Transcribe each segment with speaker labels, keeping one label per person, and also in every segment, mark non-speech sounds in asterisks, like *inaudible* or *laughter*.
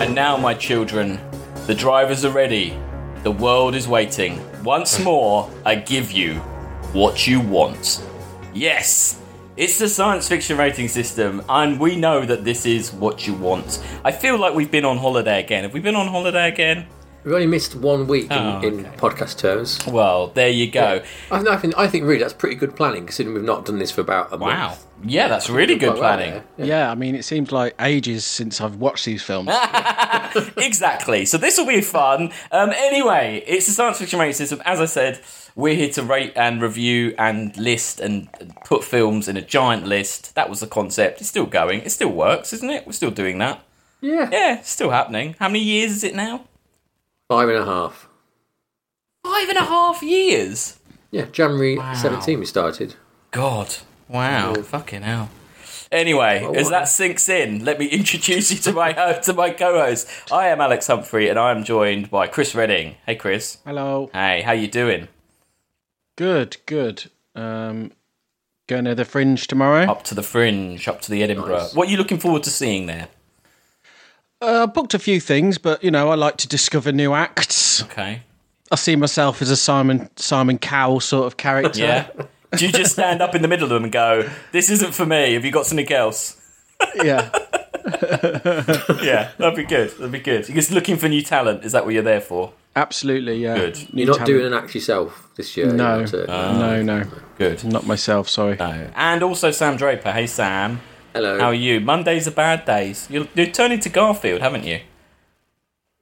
Speaker 1: And now, my children, the drivers are ready. The world is waiting. Once more, I give you what you want. Yes, it's the science fiction rating system, and we know that this is what you want. I feel like we've been on holiday again. Have we been on holiday again?
Speaker 2: We've only missed one week in,
Speaker 1: Oh,
Speaker 2: in podcast terms.
Speaker 1: Well, there you go.
Speaker 2: I, I think, I think really that's pretty good planning considering we've not done this for about a
Speaker 1: Wow.
Speaker 2: month.
Speaker 1: Yeah, that's really good
Speaker 2: Quite well
Speaker 1: planning.
Speaker 2: there.
Speaker 3: Yeah, I mean, it seems like ages since I've watched these films.
Speaker 1: *laughs* exactly. So this will be fun. Um, anyway, it's the science fiction rating system. As I said, we're here to rate and review and list and and put films in a giant list. That was the concept. It's still going. It still works, isn't it? We're still doing that.
Speaker 2: Yeah.
Speaker 1: Yeah, it's still happening. How many years is it now?
Speaker 2: Five and a half.
Speaker 1: Five and a half years.
Speaker 2: Yeah, January 17 we started.
Speaker 1: God. Wow. Fucking hell. Anyway, as that sinks in, let me *laughs* introduce you to my uh, to my co-host. I am Alex Humphrey, and I am joined by Chris Redding. Hey, Chris.
Speaker 3: Hello.
Speaker 1: Hey, how you doing?
Speaker 3: Good, good. Um, going to the Fringe tomorrow.
Speaker 1: up to the fringe, up to the Edinburgh.
Speaker 2: Nice.
Speaker 1: What are you looking forward to seeing there?
Speaker 3: Uh, I booked a few things, but you know, I like to discover new acts.
Speaker 1: Okay.
Speaker 3: I see myself as a Simon Simon Cowell sort of character.
Speaker 1: *laughs* Yeah. Do you just stand up in the middle of them and go, "This isn't for me. Have you got something else?"
Speaker 3: yeah.
Speaker 1: Yeah, that'd be good. That'd be good. You're just looking for new talent. Is that what you're there for?
Speaker 3: Absolutely, yeah.
Speaker 1: Good.
Speaker 3: New
Speaker 2: You're not
Speaker 3: talent.
Speaker 2: doing an act yourself this year. uh, you
Speaker 3: No,
Speaker 2: know, to-
Speaker 1: Uh,
Speaker 3: no, no,
Speaker 1: Good.
Speaker 3: not myself. Sorry.
Speaker 1: And also Sam Draper. Hey Sam,
Speaker 2: Hello.
Speaker 1: how are you? Mondays are bad days. You're, you're turning to Garfield, haven't you?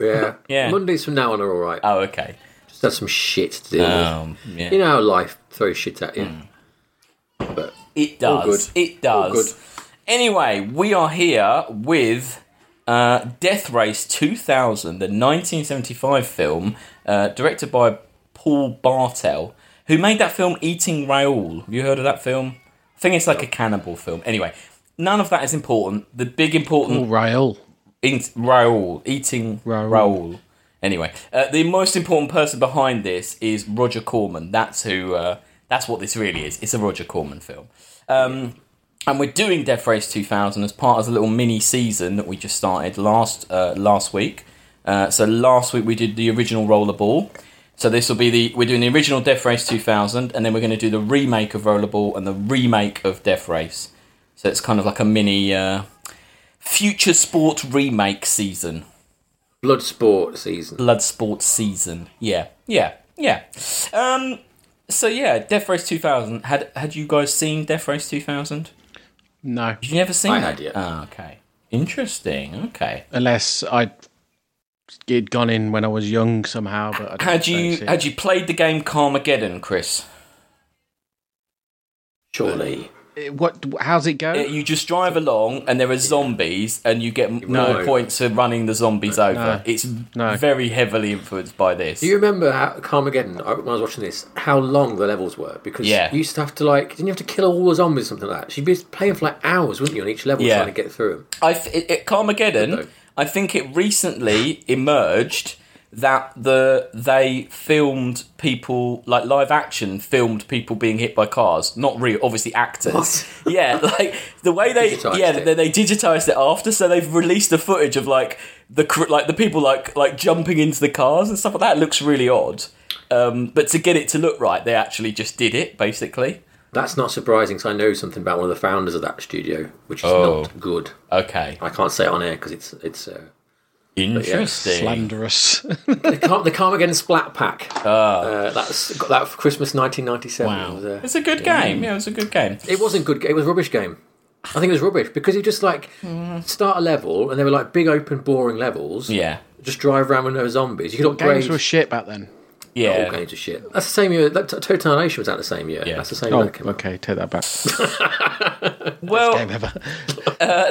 Speaker 2: Yeah.
Speaker 1: *laughs* Yeah.
Speaker 2: Mondays from now on are all right.
Speaker 1: Oh, okay.
Speaker 2: Just had some shit to deal with.
Speaker 1: Um, yeah. Hmm.
Speaker 2: You know how life throws shit at you. But
Speaker 1: It
Speaker 2: All
Speaker 1: does.
Speaker 2: good.
Speaker 1: It does.
Speaker 2: good.
Speaker 1: Anyway, we are here with uh, Death Race 2000, the 1975 film uh, directed by Paul Bartel, who made that film Eating Raoul. Have you heard of that film? I think it's like a cannibal film. Anyway, none of that is important. The big important
Speaker 3: Oh, Raoul.
Speaker 1: in- Raoul, eating Raoul.
Speaker 3: Raoul.
Speaker 1: Anyway, uh, the most important person behind this is Roger Corman. That's who. Uh, that's what this really is. It's a Roger Corman film. Um, and we're doing Death Race 2000 as part of a little mini season that we just started last uh, last week. Uh, so last week we did the original Rollerball. So this will be the we're doing the original Death Race 2000, and then we're going to do the remake of Rollerball and the remake of Death Race. So it's kind of like a mini uh, future sport remake season.
Speaker 2: blood sport season.
Speaker 1: Blood Sport season. Yeah, yeah, yeah. Um, so yeah, Death Race 2000. Had had you guys seen Death Race 2000?
Speaker 3: No,
Speaker 1: Did you never seen
Speaker 2: I
Speaker 1: it?
Speaker 2: had, yeah.
Speaker 1: Ah, okay. Interesting. Okay.
Speaker 3: unless I it'd gone in when I was young somehow. But I don't
Speaker 1: Had you
Speaker 3: fancy it.
Speaker 1: had you played the game Carmageddon, Chris? Hmm.
Speaker 2: Surely.
Speaker 3: It- what? How's it go?
Speaker 1: Uh, You just drive along and there are zombies and you get no,
Speaker 2: No.
Speaker 1: points for running the zombies over. It's
Speaker 3: No.
Speaker 1: very heavily influenced by this.
Speaker 2: Do you remember how Carmageddon, I- when I was watching this, how long the levels were? Because
Speaker 1: Yeah.
Speaker 2: you used to have to, like, didn't you have to kill all the zombies or something like that? So you'd be playing for, like, hours, wouldn't you, on each level
Speaker 1: Yeah.
Speaker 2: trying to get through them?
Speaker 1: I th- it, it, Carmageddon.
Speaker 2: Okay.
Speaker 1: I think it recently emerged that the they filmed people like live action filmed people being hit by cars, not real, obviously actors.
Speaker 2: What?
Speaker 1: *laughs* Yeah, like the way they
Speaker 2: Digitised
Speaker 1: yeah
Speaker 2: it.
Speaker 1: they, they digitized it after, so they've released the footage of like the cr- like the people like like jumping into the cars and stuff like that. It looks really odd. Um, but to get it to look right, they actually just did it basically.
Speaker 2: That's not surprising because I know something about one of the founders of that studio, which is
Speaker 1: Oh.
Speaker 2: not good.
Speaker 1: Okay,
Speaker 2: I can't say it on air because it's it's uh,
Speaker 1: interesting.
Speaker 3: Slanderous.
Speaker 2: the, Car- the Carmageddon Splat Pack. Uh, that's got that for Christmas 1997. It, was,
Speaker 1: Ah. Wow,
Speaker 2: uh,
Speaker 1: it's a good game. Yeah, it's a good game.
Speaker 2: it wasn't good. It was a rubbish game. I think it was rubbish because you just like start a level and they were like big open boring levels.
Speaker 1: Mm. Yeah.
Speaker 2: Just drive around with no zombies. You could upgrade.
Speaker 3: Games were shit back then.
Speaker 1: Yeah.
Speaker 2: all games of shit. Oh, That's the same year. That Total Annihilation was out the same year.
Speaker 1: Yeah.
Speaker 2: That's the same year.
Speaker 3: Oh,
Speaker 2: that came out.
Speaker 3: okay, take *laughs* that back.
Speaker 1: Well,
Speaker 3: Game ever.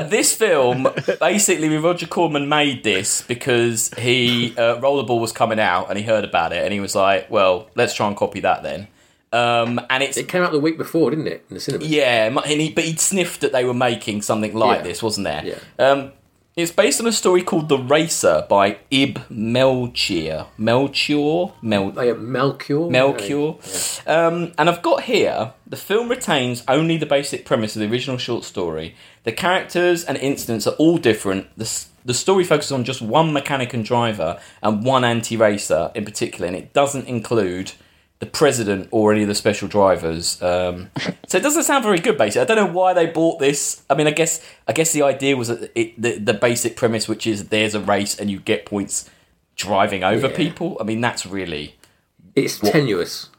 Speaker 1: this film basically, Roger Corman made this because he uh, Rollerball was coming out and he heard about it and he was like, "Well, let's try and copy that then." Um, and it's
Speaker 2: It came out the week before, didn't it, in the cinema?
Speaker 1: yeah, mu- and he, but he'd sniffed that they were making something like
Speaker 2: Yeah.
Speaker 1: this, wasn't there?
Speaker 2: Yeah.
Speaker 1: Um, It's based on a story called The Racer by Ib Melchior. Melchior? Mel-
Speaker 2: Like a Oh, Melchior.
Speaker 1: Melchior. Um, and I've got here the film retains only the basic premise of the original short story. The characters and incidents are all different. The, s- the story focuses on just one mechanic and driver and one anti racer in particular, and it doesn't include the president or any of the special drivers. Um, so it doesn't sound very good, basically. I don't know why they bought this. I mean, I guess I guess the idea was that it, the, the basic premise, which is there's a race and you get points driving over
Speaker 2: Yeah.
Speaker 1: people. I mean, that's really.
Speaker 2: It's tenuous.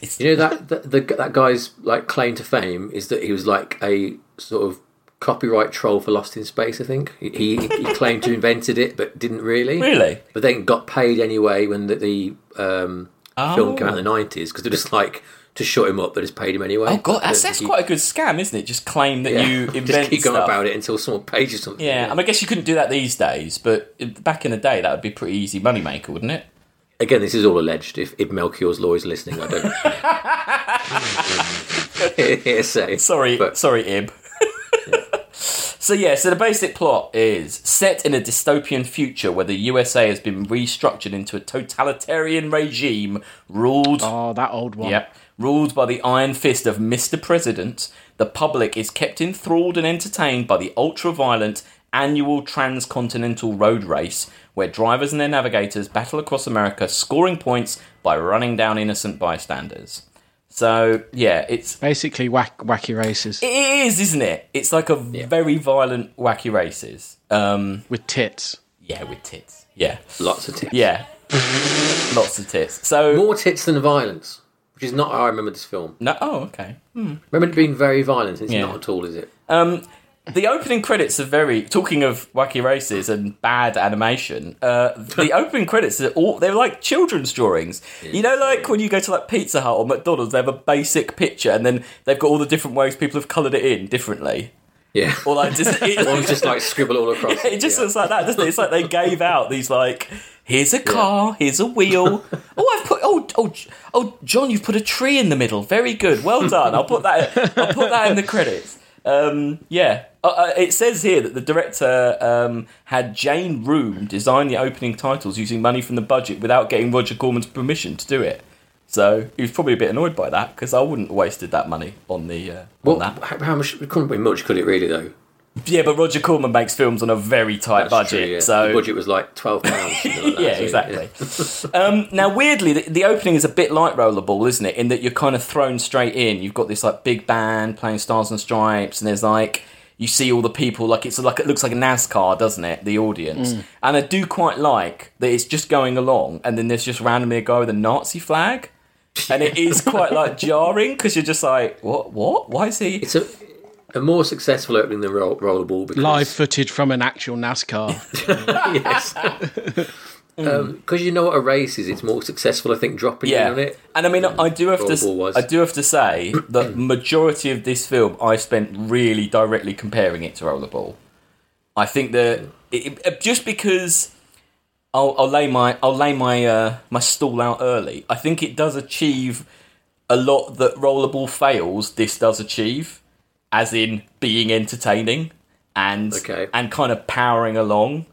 Speaker 1: It's-
Speaker 2: you know
Speaker 1: *laughs*
Speaker 2: that that, the, that guy's like claim to fame is that he was like a sort of copyright troll for Lost in Space. I think he he,
Speaker 1: *laughs*
Speaker 2: he claimed to invented it, but didn't really.
Speaker 1: Really?
Speaker 2: But then got paid anyway when the, the um,
Speaker 1: Oh.
Speaker 2: film came out in the nineties because they're just like to shut him up, but just paid him anyway.
Speaker 1: Oh god, that's, that's quite a good scam, isn't it? Just claim that you invent
Speaker 2: *laughs* just keep going
Speaker 1: stuff.
Speaker 2: about it until someone pays you something.
Speaker 1: Yeah, I mean, I guess you couldn't do that these days, but if- back in the day, that would be a pretty easy moneymaker, wouldn't it?
Speaker 2: Again, this is all alleged. If, if Melchior's law is listening, I don't. *laughs* Hearsay.
Speaker 1: *laughs* Sorry,
Speaker 2: But-
Speaker 1: sorry, Ib. *laughs* so yeah, so the basic plot is set in a dystopian future where the USA has been restructured into a totalitarian regime ruled
Speaker 3: Oh, that old one.
Speaker 1: Yep. Ruled by the iron fist of Mr. President, the public is kept enthralled and entertained by the ultra violent annual transcontinental road race, where drivers and their navigators battle across America, scoring points by running down innocent bystanders. So, yeah, it's.
Speaker 3: Basically, whack, wacky races
Speaker 1: It is, isn't it? It's like a very violent, wacky races. Um,
Speaker 3: with tits.
Speaker 1: yeah, with tits. Yeah.
Speaker 2: Lots of tips.
Speaker 1: Yeah. Lots of tits. So.
Speaker 2: More tits than violence, which is not how I remember this film.
Speaker 1: No, oh, okay.
Speaker 2: Remember it being very violent, and it's
Speaker 1: Yeah.
Speaker 2: not at all, is it?
Speaker 1: the opening credits are very talking of wacky races and bad animation uh, the opening credits are all they're like children's drawings you know like when you go to like pizza hut or mcdonald's they have a basic picture and then they've got all the different ways people have coloured it in differently
Speaker 2: Yeah.
Speaker 1: or like just it, *laughs*
Speaker 2: *laughs* One just like scribble all across.
Speaker 1: it just
Speaker 2: yeah.
Speaker 1: looks like that doesn't it it's like they gave out these like here's a car here's a
Speaker 2: *laughs*
Speaker 1: wheel oh i've put oh oh J- oh john you've put a tree in the middle very good well done i'll put that i'll put that in the credits um, yeah, uh, uh, it says here that the director um, had Jane Room design the opening titles using money from the budget without getting Roger Corman's permission to do it. So he was probably a bit annoyed by that because I wouldn't have wasted that money on the uh, on
Speaker 2: Well,
Speaker 1: that.
Speaker 2: how, how much? It couldn't be much, could it? Really, though.
Speaker 1: Yeah, but Roger Corman makes films on a very tight
Speaker 2: That's
Speaker 1: budget,
Speaker 2: true, yeah.
Speaker 1: so
Speaker 2: the budget was like twelve pounds.
Speaker 1: *laughs*
Speaker 2: something like that,
Speaker 1: yeah,
Speaker 2: so,
Speaker 1: exactly. um, now, weirdly, the, the opening is a bit like Rollerball, isn't it? In that you're kind of thrown straight in. You've got this like big band playing Stars and Stripes, and there's like you see all the people. Like it's like it looks like a NASCAR, doesn't it? The audience,
Speaker 2: Mm.
Speaker 1: and I do quite like that. It's just going along, and then there's just randomly a guy with a Nazi flag. and it is quite like jarring because you're just like, what? What? Why is he?
Speaker 2: It's a, a more successful opening than roll, Rollerball because
Speaker 3: Live footage from an actual *laughs* NASCAR.
Speaker 2: *laughs* yes. Because Um, you know what a race is, it's more successful, I think, dropping
Speaker 1: yeah.
Speaker 2: in on it.
Speaker 1: And I mean, I do have to,
Speaker 2: Rollerball was.
Speaker 1: I do have to say
Speaker 2: *clears throat*
Speaker 1: that majority of this film, I spent really directly comparing it to Rollerball. I think that it, it- just because I'll, I'll lay my, I'll lay my, uh, my stall out early. I think it does achieve a lot that Rollerball fails. This does achieve, as in being entertaining and
Speaker 2: Okay.
Speaker 1: and kind of powering along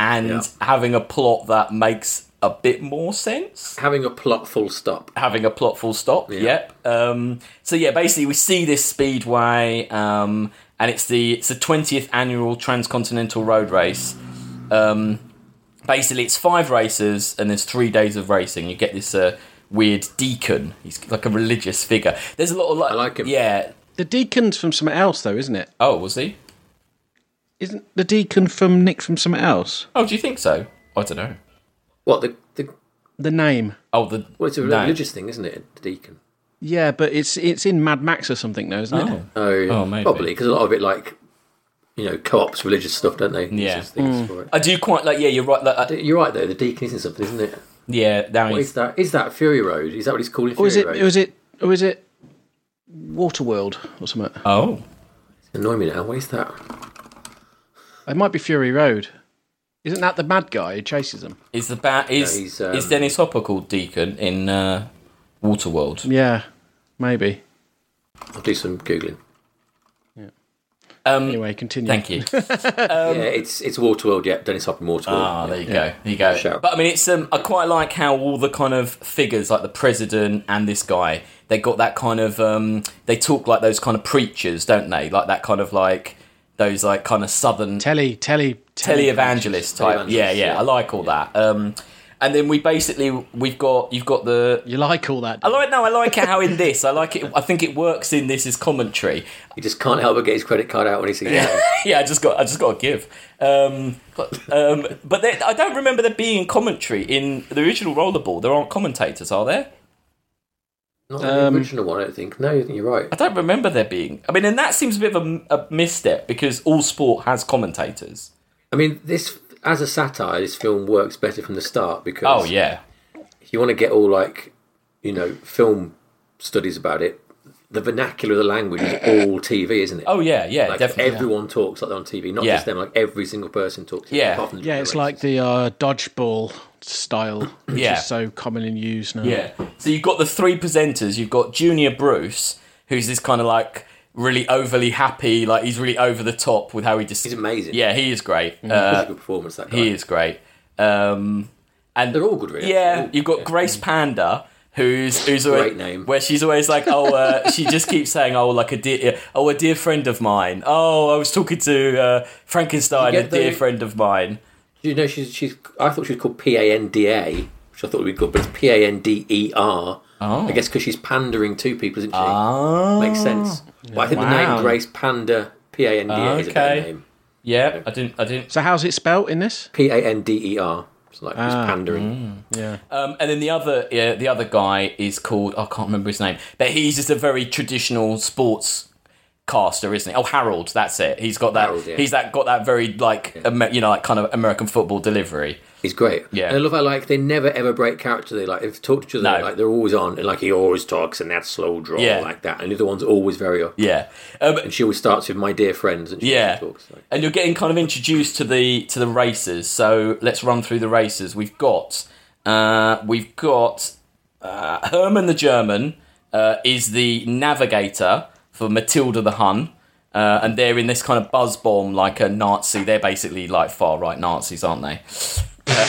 Speaker 1: and
Speaker 2: Yeah.
Speaker 1: having a plot that makes a bit more sense
Speaker 2: Having a plot full stop.
Speaker 1: having a plot full stop. Yep. Um, so yeah, basically we see this speedway, um, and it's the it's the twentieth annual transcontinental road race. Um, basically, it's five races, and there's three days of racing. You get this uh, weird deacon. He's like a religious figure. There's a lot of like, I
Speaker 2: like him.
Speaker 1: Yeah.
Speaker 3: the deacon's from something else, though, isn't it?
Speaker 1: Oh, was he?
Speaker 3: Isn't the deacon from Nick from something else?
Speaker 1: Oh, do you think so? I don't know.
Speaker 2: What, the, the,
Speaker 3: The name.
Speaker 1: Oh, the
Speaker 2: well, it's a
Speaker 1: no.
Speaker 2: religious thing, isn't it? The deacon.
Speaker 3: Yeah, but it's it's in Mad Max or something, though, isn't it?
Speaker 1: Oh.
Speaker 2: Oh, yeah.
Speaker 1: maybe.
Speaker 2: probably, because a lot of it, like, you know, co ops religious stuff, don't they? It's
Speaker 1: Yeah.
Speaker 2: just
Speaker 3: Mm.
Speaker 2: things for it.
Speaker 1: I do quite like. Yeah, you're right. Like, uh,
Speaker 2: You're right, though, the deacon isn't something, isn't it?
Speaker 1: yeah, now
Speaker 2: What is
Speaker 1: he's
Speaker 2: that? Is that Fury Road? Is that what it's called in Fury
Speaker 3: Or Oh, is it?
Speaker 2: Road?
Speaker 3: Or is it? Or is it? Waterworld or something.
Speaker 1: oh.
Speaker 2: Annoy me now. What is that?
Speaker 3: It might be Fury Road. Isn't that the mad guy who chases them?
Speaker 1: Is the bat is
Speaker 2: he's, um,
Speaker 1: is Dennis Hopper called Deacon in uh, Waterworld?
Speaker 3: Yeah, maybe.
Speaker 2: I'll do some Googling.
Speaker 3: Anyway, continue.
Speaker 1: Thank you.
Speaker 2: *laughs* yeah, it's it's Waterworld. Yeah, Dennis Hopper in Waterworld.
Speaker 1: Um, Ah, there you go. There you go.
Speaker 2: Sure.
Speaker 1: But I mean, it's um, I quite like how all the kind of figures, like the president and this guy, they got that kind of um, they talk like those kind of preachers, don't they? Like that kind of like those like kind of southern
Speaker 3: Telly, telly,
Speaker 1: televangelist type.
Speaker 2: Televangelist,
Speaker 1: yeah, yeah,
Speaker 2: yeah.
Speaker 1: I like all that. Um, and then we basically we've got you've got the
Speaker 3: You like all that?
Speaker 1: I like no, I like it how in this I like it. I think it works in this as commentary.
Speaker 2: He just can't help but get his credit card out when he sees it.
Speaker 1: yeah, I just got I just got to give. Um, um, but there, I don't remember there being commentary in the original Rollerball. There aren't commentators, are there?
Speaker 2: Not in
Speaker 3: Um,
Speaker 2: the original one, I don't think. No, you're right.
Speaker 1: I don't remember there being. I mean, and that seems a bit of a, a misstep because all sport has commentators.
Speaker 2: I mean, this as a satire, this film works better from the start because
Speaker 1: Oh yeah,
Speaker 2: if you want to get all like you know film studies about it, the vernacular of the language is all TV, isn't it?
Speaker 1: oh yeah, yeah,
Speaker 2: like
Speaker 1: definitely.
Speaker 2: everyone talks like they're on TV, not
Speaker 1: Yeah.
Speaker 2: just them. Like every single person talks.
Speaker 1: Yeah.
Speaker 2: apart from the
Speaker 3: Yeah, it's
Speaker 2: generation.
Speaker 3: like the uh, dodgeball style, which
Speaker 1: Yeah.
Speaker 3: is so common in use now.
Speaker 1: Yeah. So you've got the three presenters. You've got Junior Bruce, who's this kind of like really overly happy, like he's really over the top with how he just.
Speaker 2: he's amazing. Mm-hmm.
Speaker 1: Yeah, he is great. Uh,
Speaker 2: Such a good performance. That guy.
Speaker 1: he is great. Um, and
Speaker 2: They're all good, really. They're
Speaker 1: yeah,
Speaker 2: all-
Speaker 1: you've got Grace Panda, who's who's always,
Speaker 2: Mm. Great name.
Speaker 1: Where she's always like, oh, uh, she just keeps saying, oh, like a dear, oh, a dear friend of mine. Oh, I was talking to uh, Frankenstein,
Speaker 2: You
Speaker 1: a
Speaker 2: get
Speaker 1: dear
Speaker 2: the-
Speaker 1: friend of mine.
Speaker 2: You know, she's she's. I thought she was called P A N D A, which I thought would be good, but it's P A N D E R. Oh. I guess because she's pandering to people, isn't she?
Speaker 1: Oh,
Speaker 2: Makes sense. But I think the
Speaker 1: Wow.
Speaker 2: name Grace Panda P A N D A is a
Speaker 1: Okay.
Speaker 2: better name.
Speaker 1: Yeah, I didn't, I didn't.
Speaker 3: So how's it spelt in this?
Speaker 2: P A N D E R. It's like
Speaker 1: Ah.
Speaker 2: she's pandering.
Speaker 3: Yeah.
Speaker 1: Um, and then the other, yeah, the other guy is called I can't remember his name, but he's just a very traditional sports caster, isn't he? Oh, Harold, that's it. He's got that.
Speaker 2: Harold, yeah.
Speaker 1: He's that got that very like Amer- you know, like kind of American football delivery.
Speaker 2: He's great.
Speaker 1: Yeah.
Speaker 2: And I love how like they never ever break character. They like they've talked to each other.
Speaker 1: No.
Speaker 2: Like they're always on, and like he always talks, and that's slow draw
Speaker 1: Yeah.
Speaker 2: like that. And the other one's always very up.
Speaker 1: Yeah. Um,
Speaker 2: And she always starts with my dear friends, and she
Speaker 1: Yeah,
Speaker 2: always talks. Like,
Speaker 1: and you're getting kind of introduced to the to the races. So let's run through the races. We've got uh, we've got uh, Herman the German uh, is the navigator for Matilda the Hun, uh, and they're in this kind of buzz bomb like a Nazi. They're basically like far right Nazis, aren't they? Um, *laughs* uh,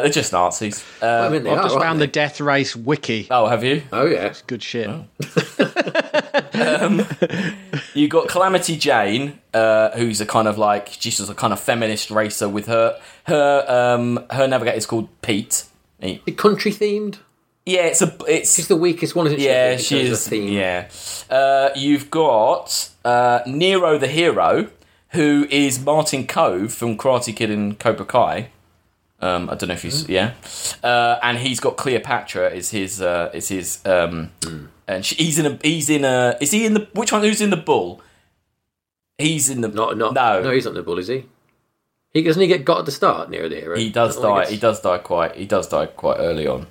Speaker 1: they're just Nazis. Uh,
Speaker 2: I mean, they
Speaker 3: I've
Speaker 2: are,
Speaker 3: just
Speaker 2: aren't
Speaker 3: found
Speaker 2: they?
Speaker 3: the death race wiki.
Speaker 1: oh, have you?
Speaker 2: Oh yeah.
Speaker 3: Good shit.
Speaker 1: You got Calamity Jane, uh, who's a kind of like she's just a kind of feminist racer with her her um, her navigator is called Pete. He-
Speaker 2: Country themed.
Speaker 1: Yeah, it's a
Speaker 2: She's
Speaker 1: it's
Speaker 2: the weakest one, isn't she?
Speaker 1: yeah
Speaker 2: in
Speaker 1: she
Speaker 2: terms of
Speaker 1: is
Speaker 2: Theme.
Speaker 1: yeah. Uh, you've got uh, Nero the hero, who is Martin Cove from Karate Kid and Cobra Kai. Um, I don't know if
Speaker 2: Hmm.
Speaker 1: he's yeah, uh, and he's got Cleopatra is his uh, is his um,
Speaker 2: Hmm.
Speaker 1: and she, he's in a he's in a is he in the which one who's in the bull? He's in the
Speaker 2: Not, not,
Speaker 1: no
Speaker 2: no. he's not the bull, is he? He doesn't he get got at the start near the hero.
Speaker 1: He does
Speaker 2: Doesn't
Speaker 1: die.
Speaker 2: He
Speaker 1: He
Speaker 2: gets-
Speaker 1: does die quite. He does die quite early on.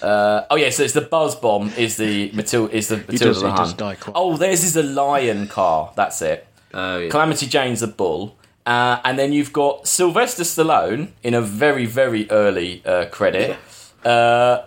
Speaker 1: Uh, oh yeah, so it's the buzz bomb is the Matilda is the Matilda
Speaker 3: does-
Speaker 1: the
Speaker 3: he does
Speaker 1: Hun.
Speaker 3: die quite-
Speaker 1: Oh, theirs is a lion car. That's it.
Speaker 2: Oh, yeah.
Speaker 1: Calamity Jane's a bull, uh, and then you've got Sylvester Stallone in a very very early uh, credit uh,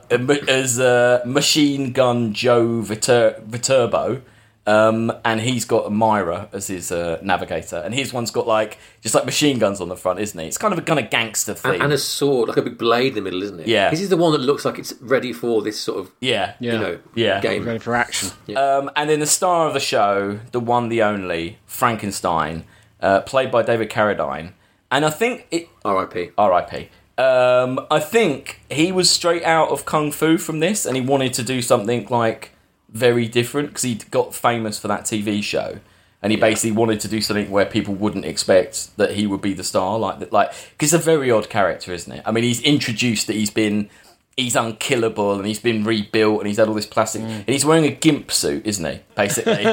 Speaker 1: as uh, Machine Gun Joe Viter- Viterbo. Um, and he's got Myra as his uh, navigator, and his one's got like just like machine guns on the front, isn't he? It's kind of a kind of gangster thing.
Speaker 2: and a sword, like a big blade in the middle, isn't it?
Speaker 1: Yeah.
Speaker 2: This is the one that looks like it's ready for this sort of
Speaker 1: Yeah.
Speaker 3: Yeah.
Speaker 2: you know
Speaker 1: Yeah.
Speaker 2: game.
Speaker 3: Ready for action.
Speaker 1: Um, and then the star of the show, the one, the only, Frankenstein, uh, played by David Carradine. And I think it.
Speaker 2: R.I.P.
Speaker 1: R.I.P. Um, I think he was straight out of Kung Fu from this and he wanted to do something like very different because he got famous for that TV show. And he basically wanted to do something where people wouldn't expect that he would be the star, like that, like because he's a very odd character, isn't it? I mean, he's introduced that he's been he's unkillable and he's been rebuilt and he's had all this plastic and he's wearing a gimp suit, isn't he? Basically,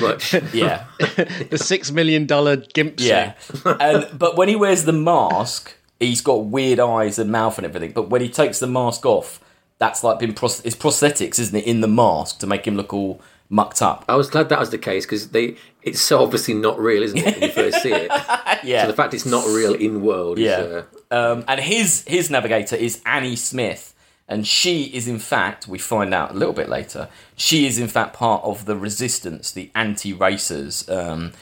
Speaker 1: *laughs*
Speaker 2: much.
Speaker 1: *laughs* yeah,
Speaker 3: The six million dollar gimp suit.
Speaker 1: yeah. *laughs* and, but when he wears the mask, he's got weird eyes and mouth and everything. But when he takes the mask off, that's like been pros- it's prosthetics, isn't it, in the mask to make him look all mucked up.
Speaker 2: I was glad that was the case because they it's so obviously not real, isn't it? When you
Speaker 1: *laughs*
Speaker 2: first see it,
Speaker 1: Yeah.
Speaker 2: so the fact it's not real in world.
Speaker 1: Yeah.
Speaker 2: Is, uh,
Speaker 1: Um, and his his navigator is Annie Smith, And she is, in fact, we find out a little bit later, she is, in fact, part of the resistance, the anti racers, um,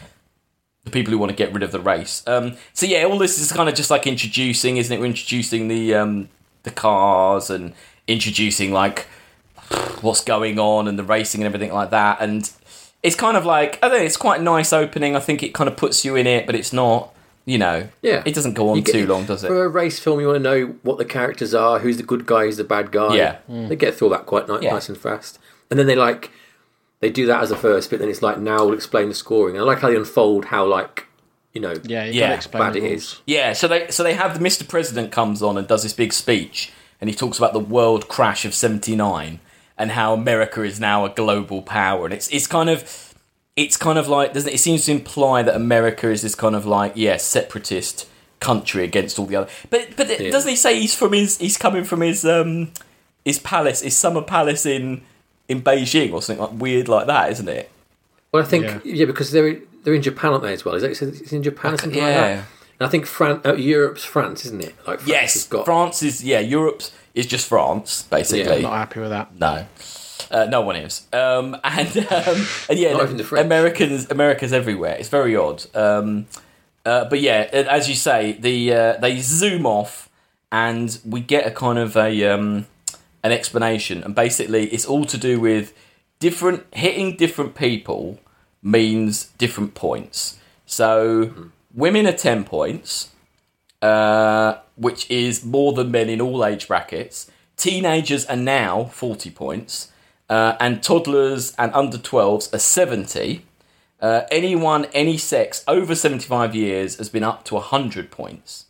Speaker 1: the people who want to get rid of the race. Um, so, yeah, all this is kind of just like introducing, isn't it? We're introducing the, um, the cars and introducing, like, what's going on and the racing and everything like that. And it's kind of like, I think it's quite a nice opening. I think it kind of puts you in it, but it's not, you know,
Speaker 2: Yeah.
Speaker 1: it doesn't go on
Speaker 2: You get-
Speaker 1: too long, does it?
Speaker 2: For a race film, you want to know what the characters are, who's the good guy, who's the bad guy. Mm.
Speaker 1: Yeah.
Speaker 2: They get through all that quite ni-
Speaker 1: Yeah.
Speaker 2: nice and fast. And then they like, they do that as a first bit, then it's like, now we'll explain the scoring. And I like how they unfold how, like, you know,
Speaker 3: Yeah, you
Speaker 1: Yeah,
Speaker 3: gotta explain
Speaker 2: bad
Speaker 3: the
Speaker 2: it
Speaker 3: rules.
Speaker 2: is.
Speaker 1: Yeah, so they so they have the Mr. President comes on and does this big speech, and he talks about the world crash of '79 and how America is now a global power, and it's it's kind of it's kind of like doesn't it, it seems to imply that America is this kind of like yeah separatist country against all the other, but but it,
Speaker 2: Yeah.
Speaker 1: doesn't he say he's from his he's coming from his um his palace his summer palace in in Beijing or something like weird like that, isn't it?
Speaker 2: Well, I think,
Speaker 3: Yeah.
Speaker 2: yeah, because they're, they're in Japan, aren't they, as well? Is that, it's in Japan, something like
Speaker 1: yeah.
Speaker 2: that? And I think Fran- uh, Europe's France, isn't it? Like, France
Speaker 1: Yes,
Speaker 2: has got.
Speaker 1: France is yeah Europe's is just France basically.
Speaker 3: Not happy with that.
Speaker 1: No, uh, no one is. Um, and um, and yeah,
Speaker 2: Not even the French.
Speaker 1: Americans, Americans everywhere. It's very odd. Um, uh, but yeah, a- as you say, the uh, they zoom off, and we get a kind of a um, an explanation, and basically, it's all to do with different hitting different people means different points. So
Speaker 2: Hmm.
Speaker 1: women are ten points uh, which is more than men in all age brackets. Teenagers are now 40 points, uh, and toddlers and under 12s are 70. Uh, anyone, any sex over 75 years has been up to 100 points.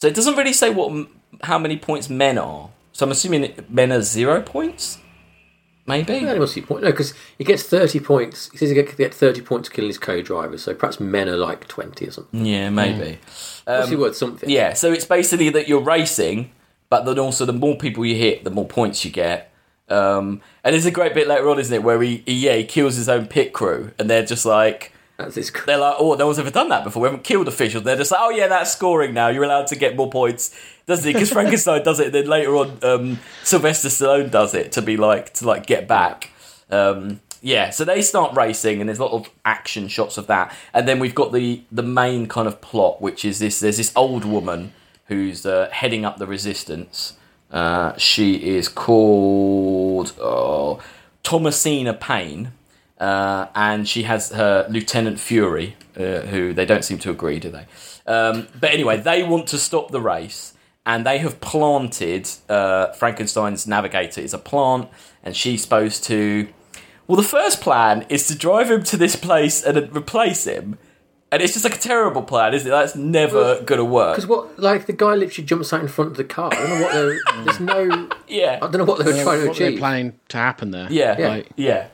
Speaker 1: So it doesn't really say what m- how many points men are. So I'm assuming it- men are zero points? Maybe?
Speaker 2: Yeah, they must be point. No, because he gets 30 points. He says he get, get 30 points killing his co driver, so perhaps men are like 20 or something.
Speaker 1: Yeah, maybe.
Speaker 2: What's he worth? Something.
Speaker 1: Um, Yeah, so it's basically that you're racing, but then also the more people you hit, the more points you get. Um, and there's a great bit later on, isn't it, where he, he yeah he kills his own pit crew, and they're just like
Speaker 2: That's his.
Speaker 1: they're like, oh, no one's ever done that before. We haven't killed officials. They're just like, oh yeah, that's scoring now. You're allowed to get more points, doesn't it? Because Frankenstein does it, and then later on, um, Sylvester Stallone does it to be like to like get back. Um, yeah, so they start racing, and there's a lot of action shots of that, and then we've got the the main kind of plot, which is this. There's this old woman who's uh, heading up the resistance. Uh, she is called oh, Thomasina Payne uh, and she has her Lieutenant Fury, uh, who they don't seem to agree, do they? Um, but anyway, they want to stop the race, and they have planted uh, Frankenstein's Navigator is a plant, and she's supposed to. Well, the first plan is to drive him to this place and then replace him, and it's just like a terrible plan, isn't it? That's never gonna work.
Speaker 2: Because what, like, the guy literally jumps out in front of the car. I don't know what they're. there's no. I
Speaker 1: Yeah,
Speaker 2: don't know what they were trying to
Speaker 3: What they're
Speaker 2: achieve.
Speaker 3: planning to happen there?
Speaker 1: yeah,
Speaker 3: Like,
Speaker 1: Yeah.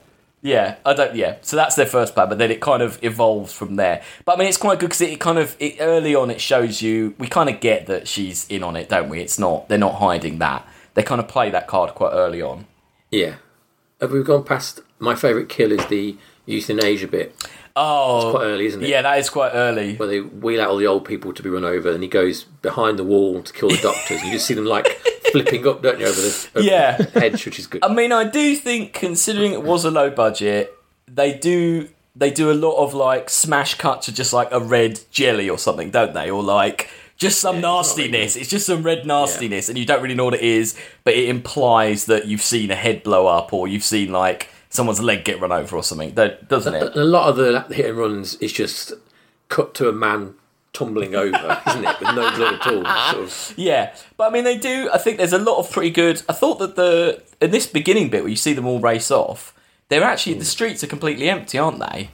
Speaker 1: Yeah, I don't. Yeah, so that's their first plan, but then it kind of evolves from there. But I mean, it's quite good because it kind of it, early on it shows you we kind of get that she's in on it, don't we? It's not they're not hiding that. They kind of play that card quite early on.
Speaker 2: Yeah. Have we gone past? My favourite kill is the euthanasia bit.
Speaker 1: Oh,
Speaker 2: Quite early, isn't it?
Speaker 1: yeah, that is quite early.
Speaker 2: Where they wheel out all the old people to be run over, and he goes behind the wall to kill the doctors. and you just see them like flipping up, don't you, over the over
Speaker 1: Yeah. Um,
Speaker 2: the hedge, which is good.
Speaker 1: I mean, I do think considering it was a low budget, they do they do a lot of like smash cuts of just like a red jelly or something, don't they? Or like just some nastiness. It's just some red nastiness, and you don't really know what it is, but it implies that you've seen a head blow up or you've seen like someone's leg get run over or something, don't- doesn't it?
Speaker 2: And a lot of the hit and runs is just cut to a man tumbling over, isn't it? With no blood at all. Sort of.
Speaker 1: Yeah, but I mean, they do. I think there's a lot of pretty good. I thought that the in this beginning bit where you see them all race off, they're actually
Speaker 2: Hmm.
Speaker 1: the streets are completely empty, aren't they?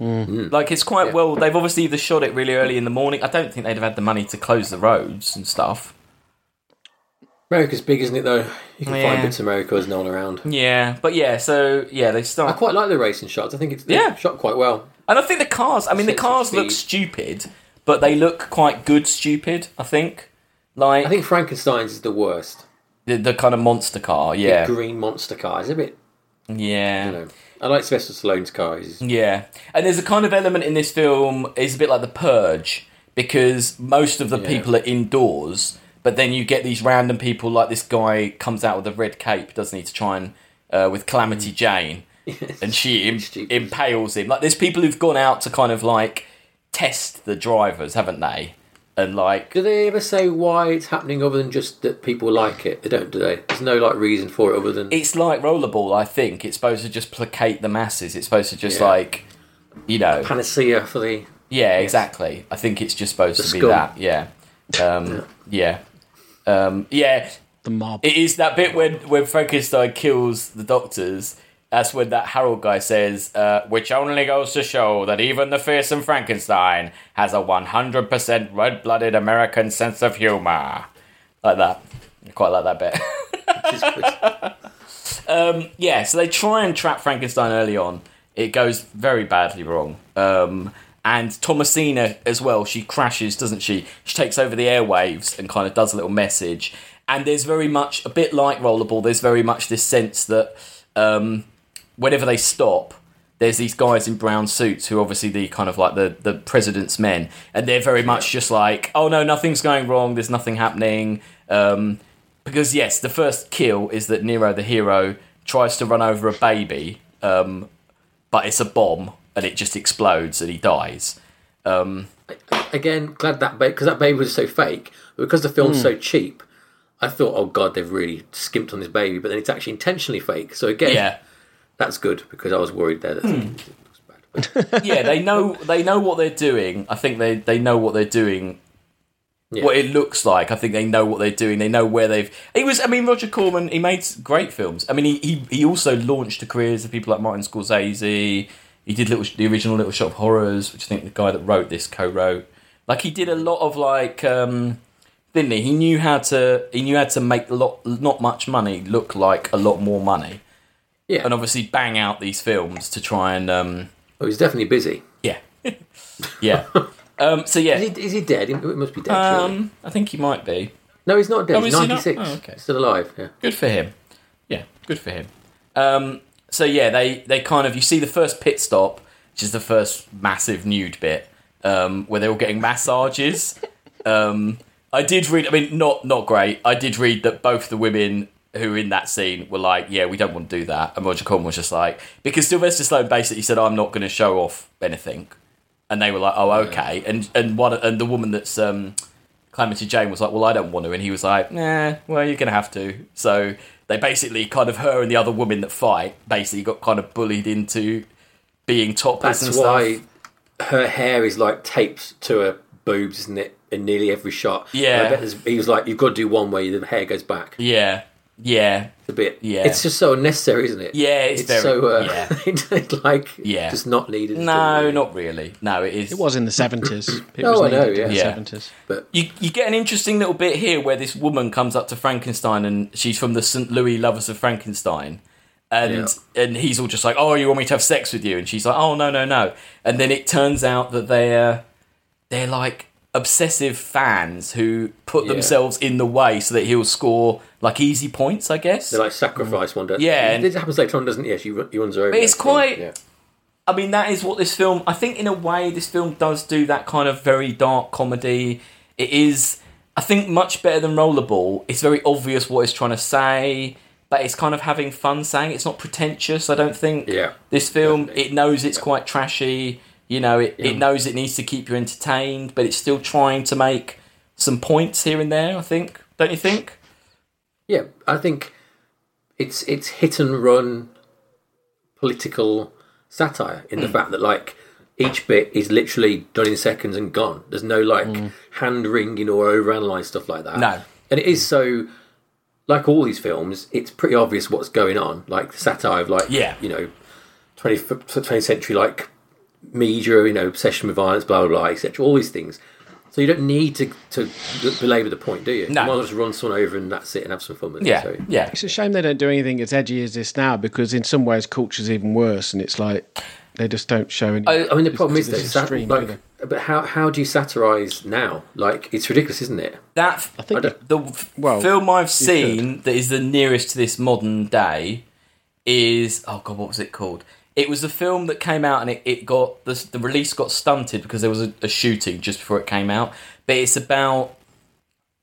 Speaker 1: Like it's quite well. They've obviously either shot it really early in the morning. I don't think they'd have had the money to close the roads and stuff.
Speaker 2: America's big, isn't it? Though you can
Speaker 1: Yeah.
Speaker 2: find bits of America as no one around.
Speaker 1: Yeah, but yeah. So yeah, they
Speaker 2: I
Speaker 1: start.
Speaker 2: quite like the racing shots. I think it's
Speaker 1: Yeah.
Speaker 2: yeah. shot quite well.
Speaker 1: And I think the cars. I mean, the
Speaker 2: Sense of
Speaker 1: cars look stupid, but they look quite good. Stupid, I think. Like
Speaker 2: I think Frankenstein's is the worst.
Speaker 1: the, the kind of monster car. Yeah,
Speaker 2: Green monster car is a bit.
Speaker 1: yeah.
Speaker 2: You know, I like Sylvester Stallone's car. He's,
Speaker 1: Yeah, and there's a kind of element in this film. It's a bit like the Purge because most of the people are indoors, But then you get these random people, like this guy comes out with a red cape, doesn't he, to try and uh, with Calamity Jane, and she im-
Speaker 2: Stupid.
Speaker 1: impales him. Like there's people who've gone out to kind of like test the drivers, haven't they? And like
Speaker 2: Do they ever say why it's happening other than just that people like it? They don't, do they? There's no like reason for it other than
Speaker 1: it's like rollerball. I think it's supposed to just placate the masses. It's supposed to just
Speaker 2: Yeah.
Speaker 1: like you know
Speaker 2: panacea for the.
Speaker 1: Yeah, exactly. I think it's just supposed to be
Speaker 2: scum.
Speaker 1: that. Yeah. Um, yeah. Um, yeah.
Speaker 3: The mob.
Speaker 1: It is that bit when, when Frankenstein kills the doctors. That's when that Harold guy says, uh, which only goes to show that even the fearsome Frankenstein has a 100% red blooded American sense of humour. Like that. I quite like that bit. *laughs* yeah, so they try and trap Frankenstein early on. It goes very badly wrong. Um, and Thomasina as well, she crashes, doesn't she? She takes over the airwaves and kind of does a little message. And there's very much, a bit like Rollerball, there's very much this sense that um, whenever they stop, there's these guys in brown suits who are obviously the kind of like the, the president's men, and they're very much just like, oh no, nothing's going wrong, there's nothing happening. Um, because yes, the first kill is that Nero the hero tries to run over a baby, um, but it's a bomb and it just explodes and he dies.
Speaker 2: Again, glad that baby because that baby was so fake. But because the
Speaker 1: Hmm.
Speaker 2: film's so cheap, I thought, oh god, they've really skimped on this baby. But then it's actually intentionally fake. So again,
Speaker 1: Yeah, Hmm.
Speaker 2: that's good because I was worried there. That it was bad. But
Speaker 1: yeah, they know they know what they're doing. I think they they know what they're doing.
Speaker 2: Yeah.
Speaker 1: What it looks like, I think they know what they're doing. They know where they've. He was, I mean, Roger Corman. He made great films. I mean, he he, he also launched the careers of people like Martin Scorsese. He did little the original Little Shop of Horrors, which I think the guy that wrote this co-wrote. Like he did a lot of like. um didn't he? He knew how to. He knew how to make a lot, not much money, look like a lot more money,
Speaker 2: yeah,
Speaker 1: and obviously bang out these films to try and um,
Speaker 2: oh, he's definitely busy.
Speaker 1: yeah. *laughs* yeah. Um, so yeah.
Speaker 2: Is he, is he dead? He must be dead. surely.
Speaker 1: Um, I think he might be.
Speaker 2: No, he's not dead.
Speaker 1: Oh,
Speaker 2: he's
Speaker 1: is he not?
Speaker 2: 96.
Speaker 1: Oh, okay.
Speaker 2: Still alive. Yeah.
Speaker 1: Good for him. Yeah, good for him. Um, so yeah, they they kind of you see the first pit stop, which is the first massive nude bit, um, where they're all getting massages. Um, I did read. I mean, not not great. I did read that both the women who were in that scene were like, "Yeah, we don't want to do that." And Roger Corman was just like, because Sylvester Stallone basically said, "I'm not going to show off anything," and they were like, "Oh, okay." And and one and the woman that's um, Calamity Jane was like, "Well, I don't want to," and he was like, "Nah, well, you're gonna have to." So they basically kind of her and the other woman that fight basically got kind of bullied into being topless
Speaker 2: That's
Speaker 1: and stuff.
Speaker 2: why her hair is like taped to her boobs, isn't it? In nearly every shot.
Speaker 1: Yeah.
Speaker 2: And I bet there's- he was like, you've got to do one where the hair goes back
Speaker 1: Yeah, yeah,
Speaker 2: a bit.
Speaker 1: Yeah.
Speaker 2: It's just so unnecessary, isn't it?
Speaker 1: yeah. It's,
Speaker 2: It's
Speaker 1: very
Speaker 2: so uh,
Speaker 1: yeah.
Speaker 2: *laughs* it's like
Speaker 1: Yeah.
Speaker 2: just not needed. at all,
Speaker 1: No,
Speaker 2: really.
Speaker 1: not really. No, it is.
Speaker 3: It was in the
Speaker 1: *clears throat*
Speaker 3: 70s. It
Speaker 2: No,
Speaker 3: was
Speaker 2: I know,
Speaker 3: needed in
Speaker 2: yeah.
Speaker 1: Yeah.
Speaker 3: the 70s.
Speaker 1: You, you get an interesting little bit here where this woman comes up to Frankenstein and she's from the St. Louis Lovers of Frankenstein. And and he's all just like, Oh, you want me to have sex with you? And she's like, Oh no, no, no. And then it turns out that they're they're like obsessive fans who put
Speaker 2: Yeah.
Speaker 1: themselves in the way so that he'll score like easy points, I guess.
Speaker 2: They like sacrifice one. Don't
Speaker 1: Yeah,
Speaker 2: It
Speaker 1: and-
Speaker 2: happens later on, doesn't it? Yeah, she run- he runs her over.
Speaker 1: it's
Speaker 2: later on,
Speaker 1: quite-
Speaker 2: Yeah.
Speaker 1: I mean, that is what this film. I think, in a way, this film does do that kind of very dark comedy. It is, I think, much better than Rollerball. It's very obvious what it's trying to say, but it's kind of having fun saying. it. It's not pretentious. I don't think.
Speaker 2: Yeah.
Speaker 1: This film,
Speaker 2: Definitely.
Speaker 1: it knows it's quite trashy. You know, it, it knows it needs to keep you entertained, but it's still trying to make some points here and there. I think, don't you think?
Speaker 2: Yeah, I think it's it's hit and run political satire in
Speaker 1: Mm.
Speaker 2: the fact that like each bit is literally done in seconds and gone. There's no like hand wringing or overanalyzed stuff like that.
Speaker 1: Mm. No.
Speaker 2: and it is so. Like all these films, it's pretty obvious what's going on. Like the satire of like
Speaker 1: Yeah.
Speaker 2: you know, 20th, 20th century like media, you know, obsession with violence, blah blah blah, etc. All these things. So you don't need to to belabor the point, do you?
Speaker 1: No.
Speaker 2: You might as well just run someone over and that's it, and have some fun with it.
Speaker 1: Yeah,
Speaker 2: So.
Speaker 1: yeah.
Speaker 3: It's a shame they don't do anything as edgy as this now because, in some ways, culture's even worse and it's like they just don't show any.
Speaker 2: I mean, the problem is
Speaker 3: this
Speaker 2: that
Speaker 3: is
Speaker 2: sat-
Speaker 3: extreme,
Speaker 2: like,
Speaker 3: isn't
Speaker 2: but how how do you satirize now? Like, it's ridiculous, isn't it?
Speaker 1: That I
Speaker 3: think
Speaker 1: don't- the f-
Speaker 3: well,
Speaker 1: film I've
Speaker 3: you could.
Speaker 1: seen that is the nearest to this modern day is oh god, what was it called? It was the film that came out and it, it got the, the release got stunted because there was a, a shooting just before it came out. But it's about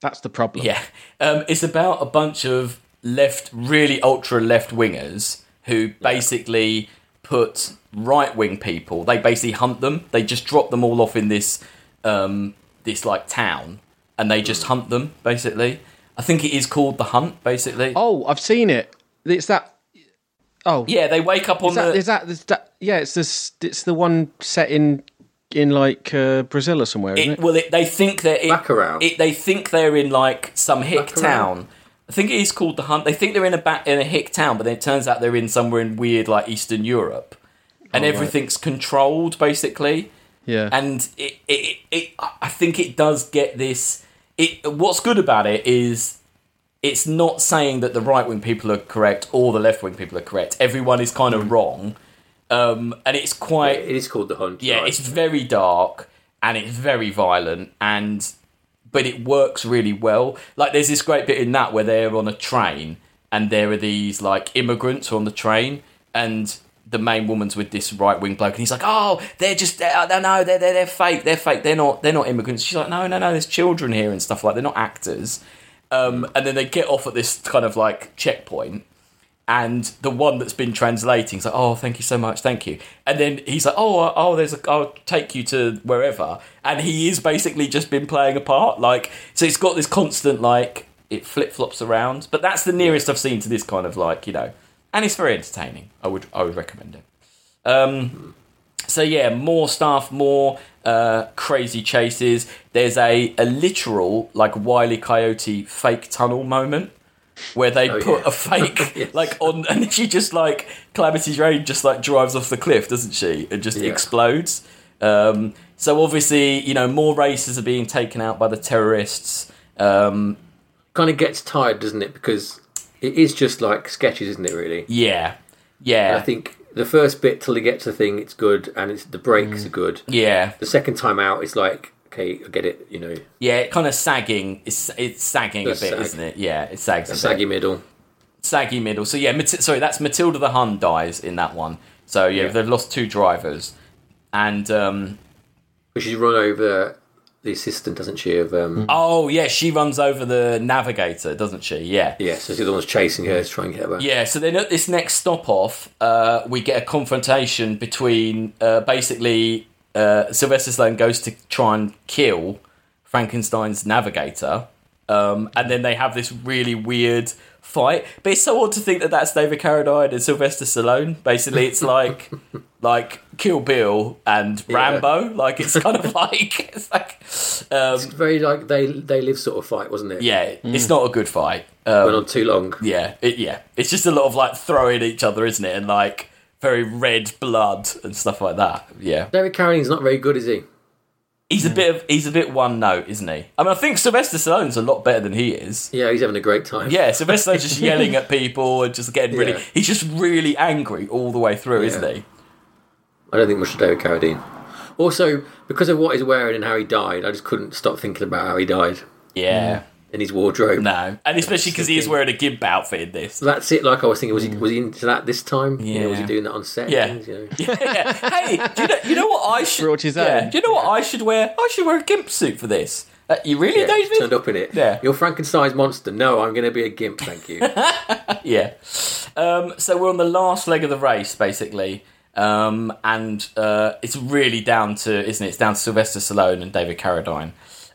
Speaker 3: That's the problem.
Speaker 1: Yeah. Um, it's about a bunch of left, really ultra left wingers who basically put right wing people, they basically hunt them. They just drop them all off in this, um, this like town and they
Speaker 3: Hmm.
Speaker 1: just hunt them, basically. I think it is called The Hunt, basically.
Speaker 3: Oh, I've seen it. It's that. Oh,
Speaker 1: Yeah, they wake up on
Speaker 3: Is that,
Speaker 1: the.
Speaker 3: is that, is that yeah? It's this. It's the one set in in like uh, Brazil or somewhere,
Speaker 1: it,
Speaker 3: isn't it?
Speaker 1: well, it, they think they're in,
Speaker 2: Bacurau.
Speaker 1: It, they think they're in like some hick
Speaker 2: Bacurau.
Speaker 1: town. I think it is called the Hunt. They think they're in a back in a hick town, but then it turns out they're in somewhere in weird like Eastern Europe, and everything's controlled basically.
Speaker 3: yeah.
Speaker 1: And it, it, it, I think it does get this. It what's good about it is it's not saying that the right wing people are correct or the left wing people are correct. Everyone is kind of wrong, um, and it's quite
Speaker 2: It is called the hunt.
Speaker 1: yeah,
Speaker 2: right.
Speaker 1: it's very dark and it's very violent and but it works really well. Like there's this great bit in that where they're on a train and there are these like immigrants on the train and the main woman's with this right wing bloke and he's like, "Oh, they're just they're, no, no, they're, they're they're fake. They're fake. They're not they're not immigrants." She's like, "No, no, no. There's children here and stuff like. They're not actors." Um, and then they get off at this kind of like checkpoint and the one that's been translating is like, "Oh, thank you so much, thank you." And then he's like, "Oh, uh, oh, there's a, I'll take you to wherever." And he is basically just been playing a part, like so. It's got this constant like it flip flops around, but that's the nearest I've seen to this kind of like you know, and it's very entertaining. I would I would recommend it. Um, so yeah, more stuff, more uh, crazy chases. There's a a literal like wily coyote fake tunnel moment where they put
Speaker 2: yeah.
Speaker 1: a fake like on *laughs* and she just like calamity jane just like drives off the cliff doesn't she and just
Speaker 2: Yeah.
Speaker 1: explodes um, so obviously you know more races are being taken out by the terrorists um,
Speaker 2: kind of gets tired, doesn't it? Because it is just like sketches, isn't it? Really.
Speaker 1: yeah yeah
Speaker 2: I think the first bit till they get to the thing, it's good, and it's the
Speaker 1: Mm.
Speaker 2: breaks are good.
Speaker 1: yeah
Speaker 2: The second time out, it's like okay, I get it. You know,
Speaker 1: yeah it kind of sagging it's it's sagging
Speaker 2: Does
Speaker 1: a bit
Speaker 2: sag.
Speaker 1: isn't it yeah it sags a bit.
Speaker 2: saggy middle.
Speaker 1: saggy middle. So yeah, Mat- sorry, that's Matilda the Hun dies in that one. So yeah,
Speaker 2: Yeah.
Speaker 1: they've lost two drivers, and um,
Speaker 2: But she's run over the assistant, hasn't she? Of um,
Speaker 1: oh yeah, she runs over the navigator, doesn't she? Yeah.
Speaker 2: yeah, so she's the one's chasing her to try and get her back.
Speaker 1: Yeah, so then at this next stop off, uh, we get a confrontation between uh, basically uh, Sylvester Stallone goes to try and kill Frankenstein's navigator, um, and then they have this really weird fight. But it's so odd to think that that's David Carradine and Sylvester Stallone. Basically, it's like like Kill Bill and Rambo. Like it's kind of *laughs* like it's like um,
Speaker 2: Very like they they live sort of fight, wasn't it?
Speaker 1: yeah, it's not a good fight.
Speaker 2: went on too long.
Speaker 1: Yeah, it, yeah. It's just a lot of like throwing each other, isn't it? And like very red blood and stuff like that. Yeah,
Speaker 2: David Carradine's not very good, is he?
Speaker 1: he's a bit of he's a bit one note, isn't he? I mean, I think Sylvester Stallone's a lot better than he is.
Speaker 2: Yeah, he's having a great time.
Speaker 1: Yeah, Sylvester Stallone's just yelling at people and just getting really.
Speaker 2: Yeah.
Speaker 1: He's just really angry all the way through,
Speaker 2: Yeah.
Speaker 1: isn't he?
Speaker 2: I don't think much of David Carradine. Also, because of what he's wearing and how he died, I just couldn't stop thinking about how he died
Speaker 1: Yeah.
Speaker 2: in his wardrobe.
Speaker 1: No, and especially because he is wearing a gimp outfit in this. *laughs*
Speaker 2: *laughs* That's it. Like I was thinking, was he was he into that this time? You know, was he
Speaker 1: Mm. Yeah.
Speaker 2: doing that on set? and
Speaker 1: Yeah.
Speaker 2: things, you know?
Speaker 1: yeah, yeah. Hey, do you know, you know what I should?
Speaker 3: Brought his
Speaker 1: yeah,
Speaker 3: own.
Speaker 1: Do you know what I should wear? I should wear a gimp suit for this. Uh, you really,
Speaker 2: Yeah,
Speaker 1: David?
Speaker 2: turned up in it.
Speaker 1: Yeah.
Speaker 2: You're Frankenstein's monster. No, I'm going to be a gimp.
Speaker 1: *laughs*
Speaker 2: Thank you.
Speaker 1: Yeah. Um, so we're on the last leg of the race, basically. Um, and uh, it's really down to, isn't it? It's down to Sylvester Stallone and David Carradine.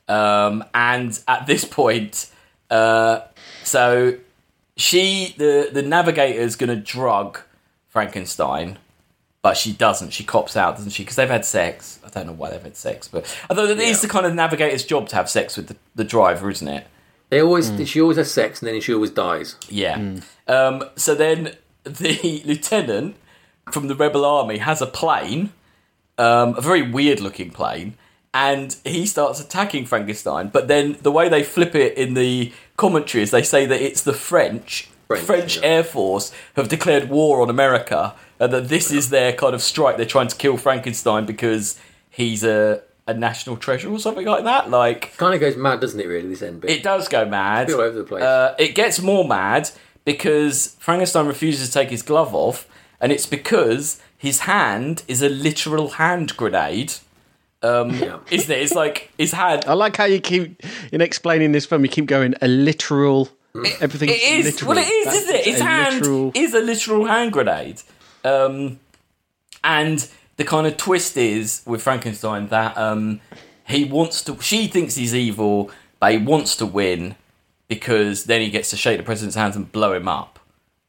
Speaker 1: Um, and at this point, uh, so she, the, the navigator, is going to drug Frankenstein, but she doesn't. She cops out, doesn't she? Because they've had sex. I don't know why they've had sex, but although it is
Speaker 2: Yeah.
Speaker 1: the kind of navigator's job to have sex with the, the driver, isn't it?
Speaker 2: They always
Speaker 1: Mm.
Speaker 2: she always has sex and then she always dies.
Speaker 1: Yeah. Um, so then the *laughs* lieutenant from the rebel army has a plane, um, a very weird looking plane, and he starts attacking Frankenstein. But then the way they flip it in the commentary is they say that it's the French.
Speaker 2: French,
Speaker 1: French,
Speaker 2: yeah.
Speaker 1: Air Force have declared war on America, and that this is their kind of strike. They're trying to kill Frankenstein because he's a, a national treasure or something like that. Like,
Speaker 2: Kind of goes mad, doesn't it? Really, this end bit.
Speaker 1: it does go mad.
Speaker 2: It's all over the place.
Speaker 1: Uh, it gets more mad because Frankenstein refuses to take his glove off, and it's because his hand is a literal hand grenade
Speaker 2: Yeah.
Speaker 1: isn't *laughs* it? It's like it's had.
Speaker 3: I like how you keep in explaining this film. You keep going a literal. everything
Speaker 1: It is.
Speaker 3: Literal.
Speaker 1: Well, it is,
Speaker 3: That's
Speaker 1: isn't it? His
Speaker 3: a
Speaker 1: hand
Speaker 3: literal-
Speaker 1: is a literal hand grenade. Um, and the kind of twist is with Frankenstein that um, he wants to. She thinks he's evil, but he wants to win because then he gets to shake the president's hands and blow him up.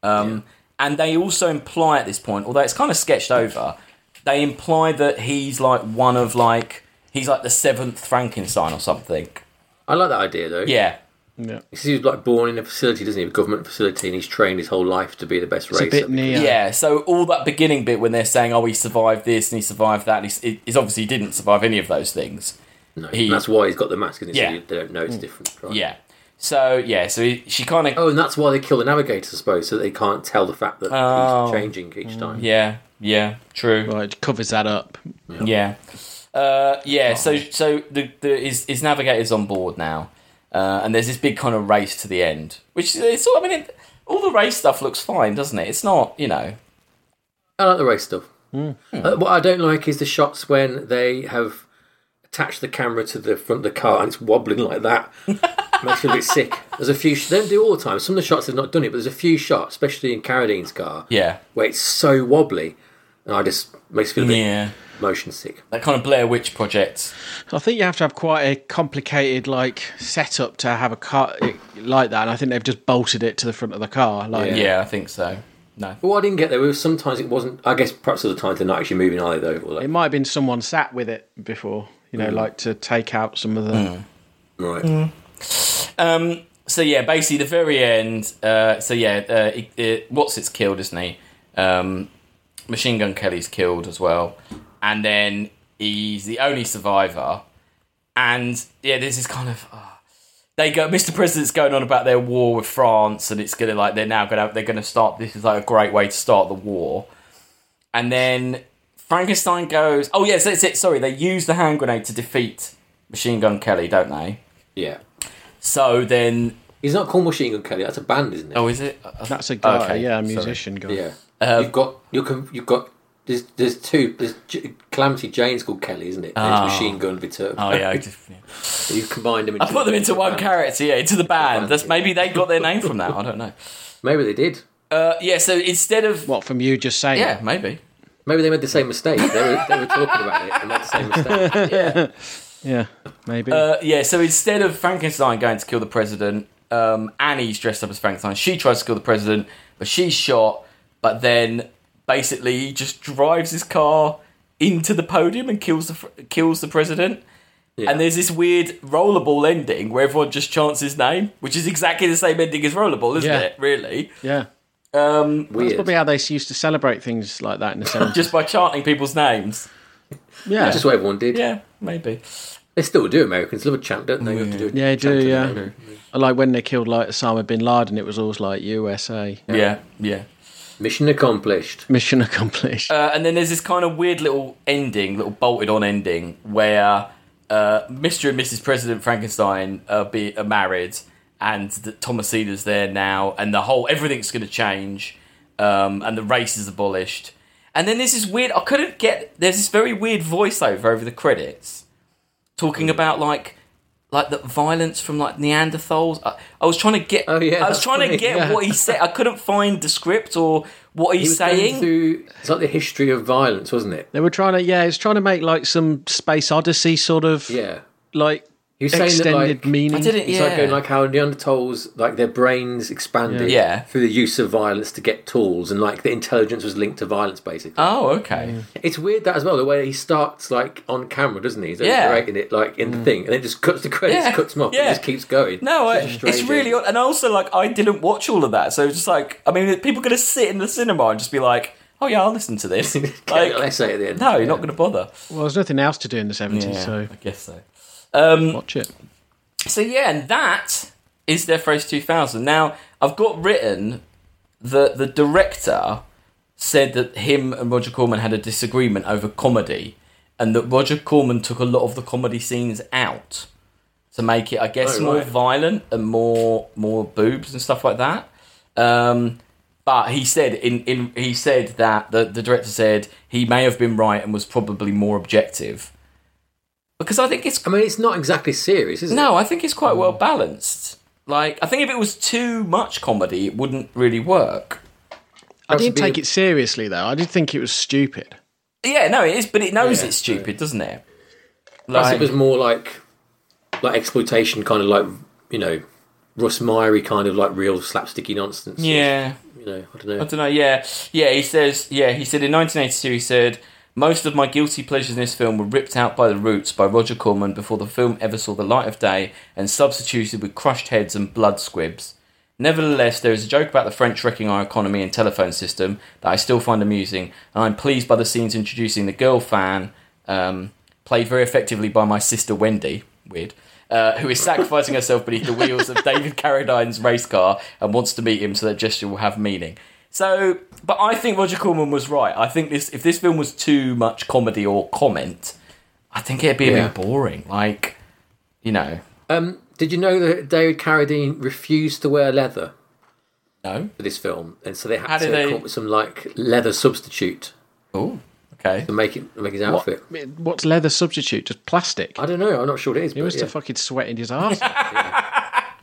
Speaker 1: Um, And they also imply at this point, although it's kind of sketched over, they imply that he's like one of like he's like the seventh Frankenstein or something.
Speaker 2: I like that idea though.
Speaker 1: Yeah.
Speaker 3: Yeah.
Speaker 2: Because he was like born in a facility, doesn't he? A government facility, and he's trained his whole life to be the best
Speaker 3: It's
Speaker 2: racer.
Speaker 3: a bit near.
Speaker 1: Yeah, so all that beginning bit when they're saying, "Oh, he survived this and he survived that," and he's, it- he's obviously he didn't survive any of those things.
Speaker 2: No,
Speaker 1: He-
Speaker 2: and that's why he's got the mask, isn't it?
Speaker 1: Yeah.
Speaker 2: So you- they don't know
Speaker 3: Mm.
Speaker 2: it's different. Right?
Speaker 1: Yeah. So yeah, so he, she kind of
Speaker 2: Oh, and that's why they kill the navigator, I suppose, so they can't tell the fact that he's changing each
Speaker 3: Mm.
Speaker 2: time.
Speaker 1: Oh. yeah yeah true
Speaker 3: Right, it covers that up.
Speaker 1: Oh, yeah uh, yeah. So so the, the his, his navigator's on board now, uh, and there's this big kind of race to the end, which is sort. I mean, it, all the race stuff looks fine, doesn't it? It's not you know
Speaker 2: I like the race stuff.
Speaker 3: Mm.
Speaker 1: Hmm.
Speaker 2: Uh, what I don't like is the shots when they have attached the camera to the front of the car and it's wobbling
Speaker 1: *laughs*
Speaker 2: like that. Makes me a bit sick. There's a few. Sh- they don't do it all the time. Some of the shots they've not done it, but there's a few shots, especially in Carradine's car,
Speaker 1: yeah
Speaker 2: where it's so wobbly, and I just makes me feel a bit
Speaker 1: yeah
Speaker 2: motion sick.
Speaker 1: that kind of Blair Witch project.
Speaker 3: I think you have to have quite a complicated like setup to have a car like that, and I think they've just bolted it to the front of the car. Like,
Speaker 1: Yeah,
Speaker 2: Yeah.
Speaker 1: I think so. No.
Speaker 2: But what I didn't get there was sometimes it wasn't. I guess perhaps at the time they're not actually moving either though. Or
Speaker 3: it
Speaker 2: like,
Speaker 3: might have been someone sat with it before, you
Speaker 1: Mm.
Speaker 3: know, like to take out some of the.
Speaker 2: right.
Speaker 3: Mm.
Speaker 1: Um, so yeah, basically the very end. Uh, so yeah, uh, it, it, Watson's killed, isn't he? Um, Machine Gun Kelly's killed as well, and then he's the only survivor. And yeah, this is kind of. ah. they go, Mr. President's going on about their war with France, and it's gonna like they're now gonna they're gonna start. This is like a great way to start the war, and then Frankenstein goes, "Oh yes, that's it. Sorry, they use the hand grenade to defeat Machine Gun Kelly, don't they?"
Speaker 2: Yeah.
Speaker 1: So then
Speaker 2: He's not called Machine Gun Kelly. That's a band, isn't it?
Speaker 1: Oh, um, is it?
Speaker 3: That's a guy,
Speaker 1: Okay,
Speaker 3: yeah, a
Speaker 1: sorry.
Speaker 3: musician guy.
Speaker 2: Yeah. you've got you can you've got there's there's two there's J- Calamity Jane's called Kelly, isn't it? There's
Speaker 1: Oh.
Speaker 2: Machine Gun Viterbo.
Speaker 1: Oh
Speaker 2: *laughs*
Speaker 1: yeah, I, just, yeah.
Speaker 2: you combined them. Into
Speaker 1: I put them into one character. Yeah, into the band.
Speaker 2: band,
Speaker 1: That's
Speaker 2: yeah.
Speaker 1: maybe they got their name from that. I don't know.
Speaker 2: Maybe they did.
Speaker 1: Uh, yeah. So instead of
Speaker 3: What from you just saying?
Speaker 1: yeah, maybe.
Speaker 2: Maybe they made the same mistake. They were, they were talking about it and made
Speaker 1: *laughs*
Speaker 2: the same mistake.
Speaker 3: yeah, maybe.
Speaker 1: Uh, yeah. So instead of Frankenstein going to kill the president, um, Annie's dressed up as Frankenstein. She tries to kill the president, but she's shot. But then basically he just drives his car into the podium and kills the fr- kills the president. And there's this weird rollerball ending where everyone just chants his name, which is exactly the same ending as rollerball, isn't
Speaker 3: Yeah.
Speaker 1: it? Really?
Speaker 3: yeah,
Speaker 1: Um,
Speaker 3: that's
Speaker 2: Weird.
Speaker 3: probably how they used to celebrate things like that in the seventies.
Speaker 1: just by chanting people's names.
Speaker 3: yeah,
Speaker 2: Just what everyone did.
Speaker 1: Yeah, maybe.
Speaker 2: They still do. Americans love a chant, don't they? You have to do a
Speaker 3: yeah, they
Speaker 2: chant
Speaker 3: do
Speaker 2: to
Speaker 3: yeah.
Speaker 2: the name.
Speaker 3: Like when they killed like Osama bin Laden, it was always like USA
Speaker 1: Yeah, yeah.
Speaker 2: Mission accomplished.
Speaker 3: *laughs* mission accomplished.
Speaker 1: Uh, and then there's this kind of weird little ending, little bolted on ending, where uh, Mr. and Mrs. President Frankenstein uh, be, are married, and the, Thomasina's there now, and the whole everything's going to change, um, and the race is abolished. And then there's this weird, I couldn't get, there's this very weird voiceover over the credits
Speaker 2: Hmm.
Speaker 1: talking about like. Like the violence from like Neanderthals. I, I was trying to get.
Speaker 2: Oh, yeah,
Speaker 1: I was
Speaker 2: that's
Speaker 1: trying to
Speaker 2: funny,
Speaker 1: get
Speaker 3: yeah.
Speaker 1: what he said. I couldn't find the script or what he's
Speaker 2: He was going
Speaker 1: saying.
Speaker 2: through it's like the history of violence, wasn't it?
Speaker 3: They were trying to, yeah, it's trying to make like some space odyssey sort of
Speaker 2: Yeah.
Speaker 3: like
Speaker 2: He was saying that,
Speaker 3: extended
Speaker 2: like-
Speaker 3: meaning.
Speaker 1: I didn't.
Speaker 2: It's
Speaker 1: yeah.
Speaker 2: like going like how Neanderthals, like their brains expanded
Speaker 1: Yeah. Yeah.
Speaker 2: through the use of violence to get tools, and like the intelligence was linked to violence, basically.
Speaker 1: oh, okay.
Speaker 2: It's weird that as well, the way he starts like on camera, doesn't he? He's
Speaker 1: Yeah.
Speaker 2: narrating it like in the thing, and it just cuts the credits,
Speaker 1: Yeah.
Speaker 2: cuts him off,
Speaker 1: Yeah.
Speaker 2: and just keeps going.
Speaker 1: No, I,
Speaker 2: Such a
Speaker 1: it's
Speaker 2: strange
Speaker 1: really
Speaker 2: ending.
Speaker 1: odd. And also, like, I didn't watch all of that, so it's just like, I mean, people going to sit in the cinema and just be like, "Oh yeah, I'll listen to
Speaker 2: *laughs*
Speaker 1: this."
Speaker 2: Like,
Speaker 1: like,
Speaker 2: essay at the end.
Speaker 1: no, you're not going to bother.
Speaker 3: Well, there's nothing else to do in the 70s,
Speaker 1: Yeah,
Speaker 3: so
Speaker 1: I guess so. Um,
Speaker 3: watch it.
Speaker 1: So yeah, and that is Death Race 2000. Now I've got written that the director said that him and Roger Corman had a disagreement over comedy, and that Roger Corman took a lot of the comedy scenes out to make it, I guess,
Speaker 2: Oh,
Speaker 1: more
Speaker 2: right.
Speaker 1: violent and more more boobs and stuff like that. Um, but he said in, in he said that the, the director said he may have been right and was probably more objective. because I think it's
Speaker 2: I mean, it's not exactly serious, is it?
Speaker 1: no, I think it's quite well balanced. Like I think if it was too much comedy, it wouldn't really work.
Speaker 3: I didn't
Speaker 2: be
Speaker 3: take
Speaker 2: a-
Speaker 3: it seriously though. I did think it was stupid.
Speaker 1: Yeah, no, it is, but it knows
Speaker 2: Yeah,
Speaker 1: it's stupid, doesn't it?
Speaker 2: Plus,
Speaker 1: Like,
Speaker 2: it was more like like exploitation, kind of like you know, Russ Myery kind of like real slapsticky nonsense.
Speaker 1: yeah,
Speaker 2: you know, I don't know.
Speaker 1: I don't know. Yeah, yeah. He says, yeah. He said in 1982, he said most of my guilty pleasures in this film were ripped out by the roots by Roger Corman before the film ever saw the light of day and substituted with crushed heads and blood squibs. Nevertheless, there is a joke about the French wrecking our economy and telephone system that I still find amusing, and I'm pleased by the scenes introducing the girl fan, um, played very effectively by my sister Wendy. Weird. Uh, who is sacrificing herself beneath the wheels of David Carradine's race car and wants to meet him so that gesture will have meaning. So, but I think Roger Corman was right. I think this, if this film was too much comedy or comment, I think it'd be a
Speaker 2: Yeah.
Speaker 1: bit boring. Like, you know,
Speaker 2: Um, did you know that David Carradine refused to wear leather
Speaker 1: no.
Speaker 2: for this film, and so they had
Speaker 1: How
Speaker 2: to
Speaker 1: did they-
Speaker 2: come up with some like leather substitute
Speaker 1: Oh, okay.
Speaker 2: to make it make his
Speaker 3: What,
Speaker 2: outfit?
Speaker 3: what's leather substitute? Just plastic.
Speaker 2: I don't know. I'm not sure what it is.
Speaker 3: He
Speaker 2: but
Speaker 3: must
Speaker 2: yeah.
Speaker 3: have fucking sweated his ass. off.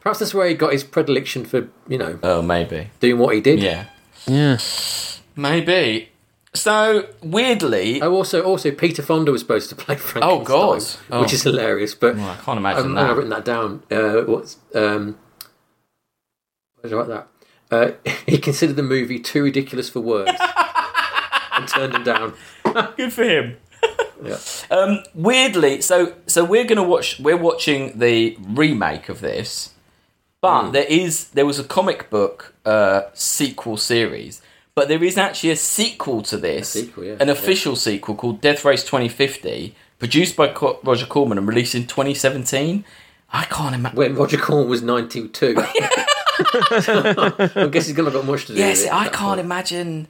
Speaker 2: Perhaps that's where he got his predilection for you know
Speaker 1: Oh, maybe.
Speaker 2: doing what he did.
Speaker 1: Yeah.
Speaker 3: yeah.
Speaker 1: Maybe. So weirdly,
Speaker 2: Oh, also, also Peter Fonda was supposed to play Frankenstein,
Speaker 1: God. Oh.
Speaker 2: which is hilarious. But
Speaker 1: I can't imagine
Speaker 2: I've
Speaker 1: that.
Speaker 2: written that down. Uh, what's um, where did I write that? Uh, *laughs* he considered the movie too ridiculous for words
Speaker 1: *laughs*
Speaker 2: and turned him down.
Speaker 1: Good for him.
Speaker 2: Yeah.
Speaker 1: *laughs* Um, weirdly, so so we're gonna watch. We're watching the remake of this, but
Speaker 2: Hmm.
Speaker 1: there is there was a comic book uh, sequel series, but there is actually a sequel to this,
Speaker 2: sequel, yeah.
Speaker 1: an
Speaker 2: Yeah.
Speaker 1: official sequel called Death Race 2050, produced by Co- Roger Corman and released in 2017. I can't imagine.
Speaker 2: When Roger Corman
Speaker 1: *laughs*
Speaker 2: was ninety-two, *laughs* I guess he's gonna have got much to do.
Speaker 1: Yes,
Speaker 2: with it
Speaker 1: I
Speaker 2: at that
Speaker 1: can't
Speaker 2: point.
Speaker 1: imagine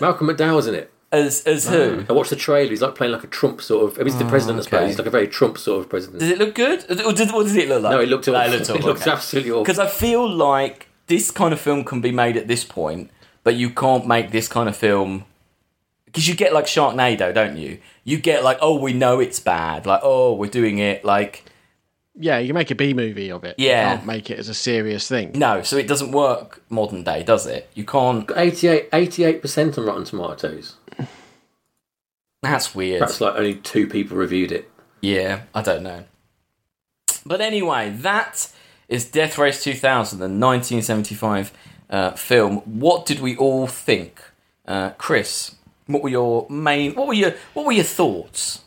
Speaker 2: Malcolm McDowell's in it.
Speaker 1: as as who.
Speaker 2: I watched the trailer. He's like playing like a Trump sort of. If he's the president,
Speaker 1: Oh,
Speaker 2: I
Speaker 1: okay.
Speaker 2: suppose he's like a very Trump sort of president.
Speaker 1: Does it look good? Or did, what does it look like?
Speaker 2: no, *laughs* it looked awful.
Speaker 1: No, it looked awful.
Speaker 2: looked
Speaker 1: okay.
Speaker 2: absolutely awful.
Speaker 1: Because I feel like this kind of film can be made at this point, but you can't make this kind of film because you get like Sharknado, don't you? You get like, oh, we know it's bad. Like, oh, we're doing it. Like,
Speaker 3: Yeah, you can make a B movie of it.
Speaker 1: Yeah.
Speaker 3: You can't make it as a serious thing.
Speaker 1: no, so it doesn't work modern day, does it? You can't.
Speaker 2: 88 percent on Rotten Tomatoes.
Speaker 1: That's weird.
Speaker 2: Perhaps like only two people reviewed it.
Speaker 1: Yeah, I don't know. But anyway, that is Death Race 2000, the 1975 uh, film. What did we all think, uh, Chris? What were your main? What were your What were your thoughts?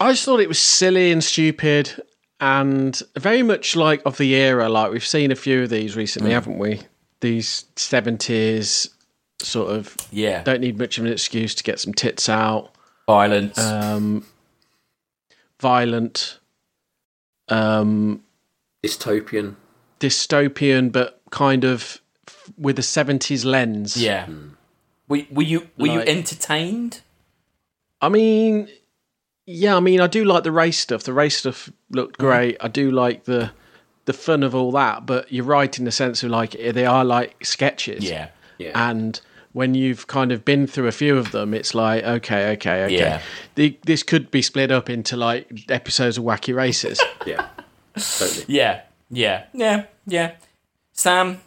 Speaker 3: I just thought it was silly and stupid and very much like of the era. Like we've seen a few of these recently, haven't we? These 70s sort of
Speaker 1: Yeah,
Speaker 3: don't need much of an excuse to get some tits out,
Speaker 1: violence.
Speaker 3: um, violent, um,
Speaker 2: Dystopian.
Speaker 3: dystopian, but kind of f- with a 70s lens.
Speaker 1: yeah. Were, were you Were you
Speaker 3: Like-
Speaker 1: entertained?
Speaker 3: I mean, yeah, I mean, I do like the race stuff. The race stuff looked great. I do like the the fun of all that. But you're right in the sense of like they are like sketches.
Speaker 2: Yeah.
Speaker 1: Uh,
Speaker 3: And when you've kind of been through a few of them, it's like okay, okay, okay.
Speaker 1: Yeah.
Speaker 3: The, this could be split up into like episodes of
Speaker 2: *laughs*
Speaker 3: Wacky Races.
Speaker 2: yeah. Totally.
Speaker 1: yeah, yeah, yeah, yeah. Sam,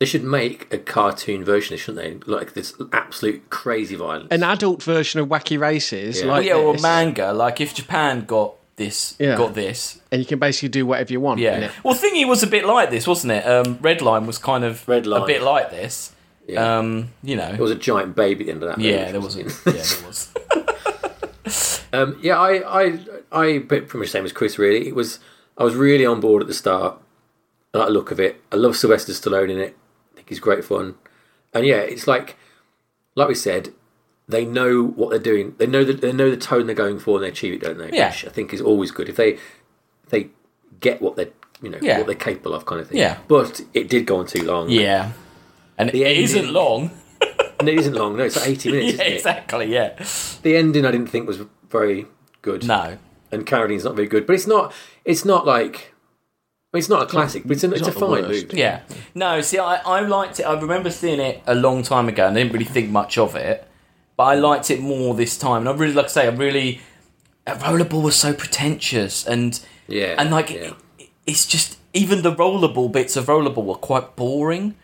Speaker 2: They should make a cartoon version, shouldn't they? Like this absolute crazy violence.
Speaker 3: An adult version of Wacky Races,
Speaker 2: Yeah.
Speaker 3: like
Speaker 1: yeah, or
Speaker 3: this,
Speaker 1: manga. Like if Japan got this,
Speaker 3: Yeah.
Speaker 1: got this.
Speaker 3: and you can basically do whatever you want.
Speaker 1: Yeah.
Speaker 3: innit?
Speaker 1: Well, Thingy was a bit like this, wasn't it? Um, Red Line was kind of
Speaker 2: Red Line.
Speaker 1: a bit like this.
Speaker 2: Yeah.
Speaker 1: Um, you know.
Speaker 2: there was a giant baby at the end of that.
Speaker 1: yeah,
Speaker 2: though,
Speaker 1: there
Speaker 2: which
Speaker 1: was. A, yeah, there was.
Speaker 2: *laughs* Um, yeah, I, I, I, but pretty much same as Chris. Really, it was. I was really on board at the start. I like the look of it. I love Sylvester Stallone in it. I think he's great fun. And yeah, it's like, like we said, they know what they're doing. They know that they know the tone they're going for, and they achieve it, don't they?
Speaker 1: Yeah.
Speaker 2: Which I think is always good if they, if they get what they, are you know,
Speaker 1: Yeah.
Speaker 2: what they're capable of, kind of thing.
Speaker 1: Yeah.
Speaker 2: But it did go on too long.
Speaker 1: yeah. And it
Speaker 2: ending.
Speaker 1: isn't long. *laughs*
Speaker 2: And it isn't long. No, it's like eighty minutes.
Speaker 1: Yeah,
Speaker 2: isn't it?
Speaker 1: exactly. Yeah.
Speaker 2: The ending I didn't think was very good.
Speaker 1: No.
Speaker 2: and Carradine's not very good. But it's not. It's not like. I mean, it's not a classic, but it's, an, it's, a
Speaker 3: not the
Speaker 2: fine
Speaker 3: worst.
Speaker 2: movie.
Speaker 1: Yeah. No. See, I, I liked it. I remember seeing it a long time ago, and I didn't really think much of it. But I liked it more this time, and I really, like I say, I really, Rollerball was so pretentious and
Speaker 2: Yeah,
Speaker 1: and like
Speaker 2: yeah.
Speaker 1: it- it's just even the rollerball bits of rollerball were quite boring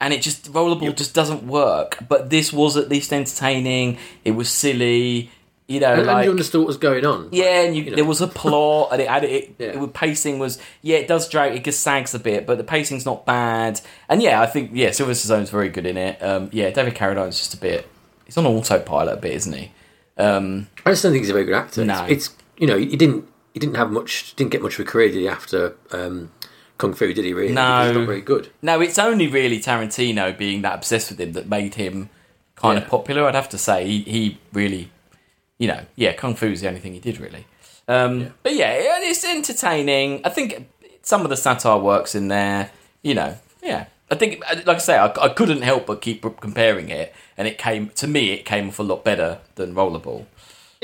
Speaker 1: and it just rollerball just doesn't work but this was at least entertaining it was silly you know
Speaker 2: and, and
Speaker 1: like
Speaker 2: you understood what was going on.
Speaker 1: yeah and you,
Speaker 2: know.
Speaker 1: there was a plot and it had it,
Speaker 2: *laughs* Yeah.
Speaker 1: it was pacing was yeah it does drag it just sags a bit but the pacing's not bad and yeah i think yeah sylvester zone's very good in it um yeah david carradine's just a bit he's on autopilot a bit isn't he um
Speaker 2: I just don't think he's a very good actor.
Speaker 1: No.
Speaker 2: It's, it's you know he didn't he didn't have much didn't get much of a career did he after um, Kung Fu did he really?
Speaker 1: No.
Speaker 2: he's not very good.
Speaker 1: No, it's only really Tarantino being that obsessed with him that made him kind
Speaker 2: Yeah.
Speaker 1: of popular. I'd have to say he, he really, you know, yeah, Kung Fu is the only thing he did really. Um, But yeah, it- it's entertaining. I think some of the satire works in there. You know, yeah. I think, like I say, I, I couldn't help but keep comparing it, and it came to me. It came off a lot better than Rollerball.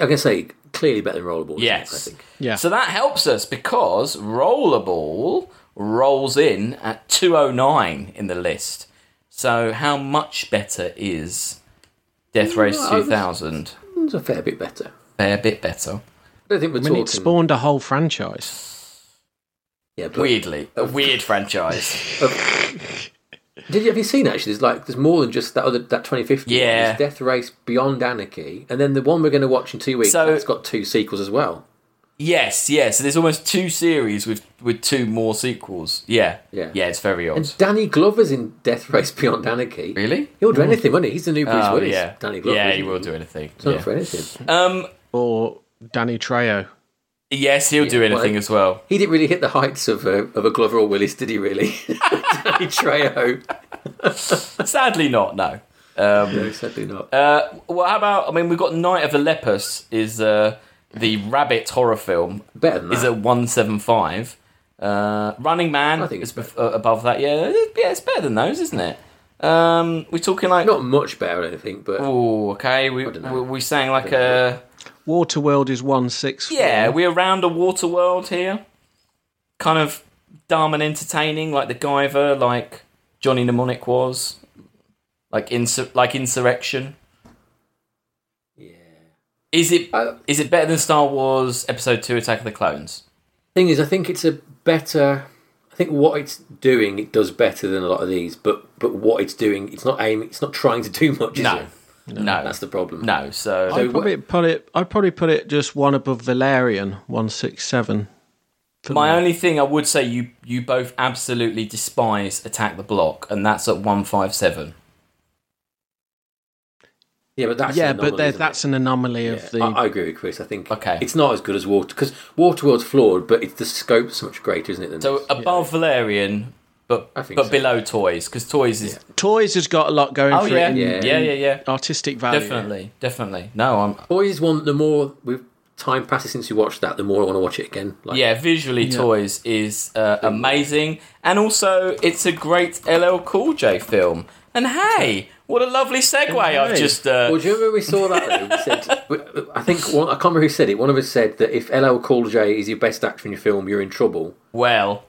Speaker 2: I can say clearly better than Rollerball. isn't it,
Speaker 1: Yes.
Speaker 2: I think.
Speaker 3: Yeah.
Speaker 1: So that helps us because Rollerball rolls in at 209 in the list. So how much better is Death Race
Speaker 2: Mm, I was-
Speaker 1: 2000?
Speaker 2: It's a fair bit better.
Speaker 1: Fair bit better.
Speaker 2: I don't think we're
Speaker 3: I mean,
Speaker 2: talking.
Speaker 3: it spawned a whole franchise.
Speaker 2: yeah, but
Speaker 1: Weirdly, a weird franchise.
Speaker 2: Did you have you seen actually? There's like there's more than just that other that 2050. one.
Speaker 1: Yeah.
Speaker 2: There's Death Race Beyond Anarchy, and then the one we're going to watch in two weeks.
Speaker 1: So-
Speaker 2: that's got two sequels as well.
Speaker 1: yes, yes. So there's almost two series with with two more sequels. Yeah,
Speaker 2: Yeah.
Speaker 1: yeah. It's very odd.
Speaker 2: And Danny Glover's in Death Race *laughs* Beyond Anarchy.
Speaker 1: really?
Speaker 2: He'll do anything, won't he? He's the new Bruce
Speaker 1: Oh
Speaker 2: Willis.
Speaker 1: yeah,
Speaker 2: Danny Glover.
Speaker 1: yeah.
Speaker 2: isn't
Speaker 1: He will do anything.
Speaker 2: He's not
Speaker 1: yeah.
Speaker 2: for anything.
Speaker 1: Um.
Speaker 3: Or Danny Trejo.
Speaker 1: Yes, he'll do
Speaker 2: Yeah, well,
Speaker 1: anything as well.
Speaker 2: He didn't really hit the heights of a, of a Glover or Willis, did he? Really? *laughs* Danny Trejo.
Speaker 1: *laughs* Sadly, not. No. Um,
Speaker 2: No, sadly not.
Speaker 1: Uh, well, how about? I mean, we've got Night of the Lepus is uh, the rabbit horror film
Speaker 2: Better than that.
Speaker 1: is at one seven five. Uh, Running Man
Speaker 2: I think
Speaker 1: is
Speaker 2: it's
Speaker 1: bef- uh, above that. Yeah, it- yeah, it's better than those, isn't it? Um, we're talking like
Speaker 2: not much better, I don't think, but
Speaker 1: oh, okay. We
Speaker 2: dunno.
Speaker 1: we we saying like a
Speaker 3: Waterworld is one six.
Speaker 1: yeah. We're around a water world here, kind of dumb and entertaining, like the Guyver, like Johnny Mnemonic was, like insur- like Insurrection.
Speaker 2: yeah.
Speaker 1: Is it
Speaker 2: I-
Speaker 1: Is it better than Star Wars Episode Two: Attack of the Clones?
Speaker 2: thing is, I think it's a better. I think what it's doing, it does better than a lot of these. But but what it's doing, it's not aiming. It's not trying to do much. Is
Speaker 1: No,
Speaker 2: it?
Speaker 1: no,
Speaker 2: that's the problem.
Speaker 1: no. So,
Speaker 3: I'd probably put it. I'd probably put it just one above Valerian, one six seven.
Speaker 1: my only thing I would say you you both absolutely despise Attack the Block, and that's at one five seven.
Speaker 2: Yeah, but that's
Speaker 3: yeah,
Speaker 2: an
Speaker 3: but
Speaker 2: anomaly,
Speaker 3: there-
Speaker 2: isn't
Speaker 3: that's an anomaly
Speaker 2: it?
Speaker 3: of the.
Speaker 2: I, I agree with Chris. I think
Speaker 1: Okay.
Speaker 2: it's not as good as Water because Waterworld's flawed, but it's the scope's so much greater, isn't it? Than
Speaker 1: So
Speaker 2: this?
Speaker 1: above Valerian, but
Speaker 2: I
Speaker 1: but
Speaker 2: think so.
Speaker 1: below Toys because Toys is
Speaker 3: Toys has got a lot going
Speaker 1: oh
Speaker 3: for
Speaker 1: yeah.
Speaker 3: it. in
Speaker 1: yeah
Speaker 2: Yeah.
Speaker 1: yeah yeah
Speaker 3: Artistic value.
Speaker 1: definitely definitely no I'm
Speaker 2: Boys one. The more we've time passes since we watched that, the more I want to watch it again. Like,
Speaker 1: yeah visually Toys is uh, amazing and also it's a great LL Cool J film and hey what a lovely segue I've
Speaker 3: Hey.
Speaker 1: just uh,
Speaker 2: Well, "Oh, do you remember we saw that? Though? We said, *laughs* we- I think one, I can't remember who said it. One of us said that if LL Cool J is your best actor in your film, you're in trouble.
Speaker 1: well.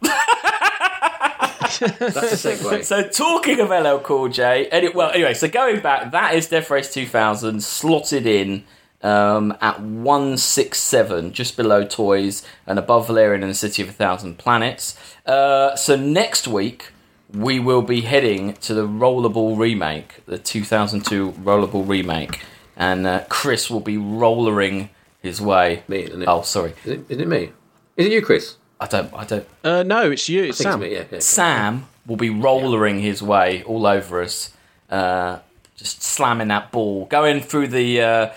Speaker 2: That's a segue.
Speaker 1: So talking of LL Cool J, any, well, anyway, so going back, that is Death Race 2000 slotted in um, at 167, just below Toys and above Valerian and the City of a Thousand Planets. Uh, so next week we will be heading to the Rollerball remake, the 2002 Rollerball remake, and uh, Chris will be rollering his way.
Speaker 2: Me, isn't it?
Speaker 1: Oh, sorry,
Speaker 2: Is it, isn't it me? Is it you, Chris?
Speaker 1: I don't, I don't.
Speaker 3: Uh, no, it's you. It's
Speaker 2: I think
Speaker 3: Sam.
Speaker 2: It's me, yeah, yeah.
Speaker 1: Sam will be rollering his way all over us, uh, just slamming that ball, going through the uh,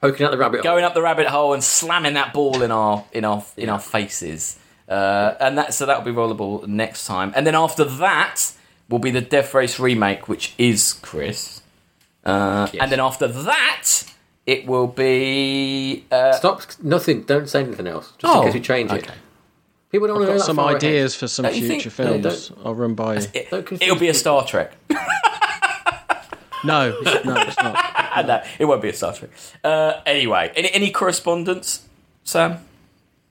Speaker 2: Poking out the rabbit hole.
Speaker 1: going up the rabbit hole and slamming that ball in our in our in our faces. Uh, and that so that'll be rollable next time. And then after that will be the Death Race remake, which is Chris. Uh,
Speaker 2: Yes.
Speaker 1: And then after that, it will be uh,
Speaker 2: Stop. Nothing. Don't say anything else. Just
Speaker 1: Oh,
Speaker 2: in case we change
Speaker 1: okay.
Speaker 2: it. People don't want to know
Speaker 3: Got
Speaker 2: that
Speaker 3: some
Speaker 2: far ahead.
Speaker 3: ideas for some
Speaker 1: you think-
Speaker 3: future
Speaker 1: no,
Speaker 3: films. I'll run by you.
Speaker 1: it,
Speaker 2: Don't confuse
Speaker 1: it'll be a
Speaker 2: people.
Speaker 1: Star Trek. *laughs*
Speaker 3: No, no, it's not.
Speaker 1: no, it won't be a Star Trek. Uh, anyway, any, any correspondence, Sam?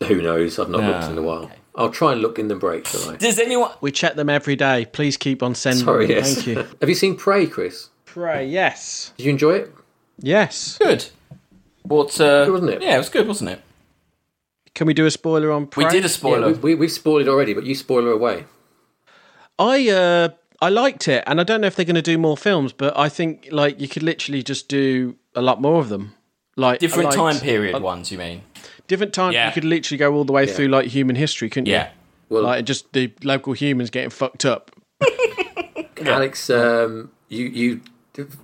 Speaker 2: Who knows? I've not
Speaker 1: No.
Speaker 2: looked in a while. I'll try and look in the break,
Speaker 3: *laughs*
Speaker 2: shall I?
Speaker 1: Does anyone?
Speaker 3: We check them every day. Please keep on
Speaker 2: *laughs*
Speaker 3: sending.
Speaker 2: Sorry,
Speaker 3: them.
Speaker 2: yes.
Speaker 3: Thank you.
Speaker 2: Have you seen Prey, Chris?
Speaker 3: Pray. Yes.
Speaker 2: Did you enjoy it?
Speaker 3: Yes.
Speaker 1: Good. What? Uh,
Speaker 2: Good, wasn't it?
Speaker 1: Yeah, it was good, wasn't it?
Speaker 3: Can we do a spoiler on? Prey?
Speaker 1: We did a
Speaker 2: Yeah,
Speaker 1: spoiler.
Speaker 2: we, we, we've spoiled it already, but you spoiler away.
Speaker 3: I uh, I liked it, and I don't know if they're going to do more films, but I think like you could literally just do a lot more of them. Like
Speaker 1: Different
Speaker 3: I
Speaker 1: time
Speaker 3: liked-
Speaker 1: period ones, you mean?
Speaker 3: different time.
Speaker 1: Yeah.
Speaker 3: You could literally go all the way through like human history, couldn't you?
Speaker 1: Yeah.
Speaker 2: Well-
Speaker 3: like just the local humans getting fucked up.
Speaker 2: Alex, um, you you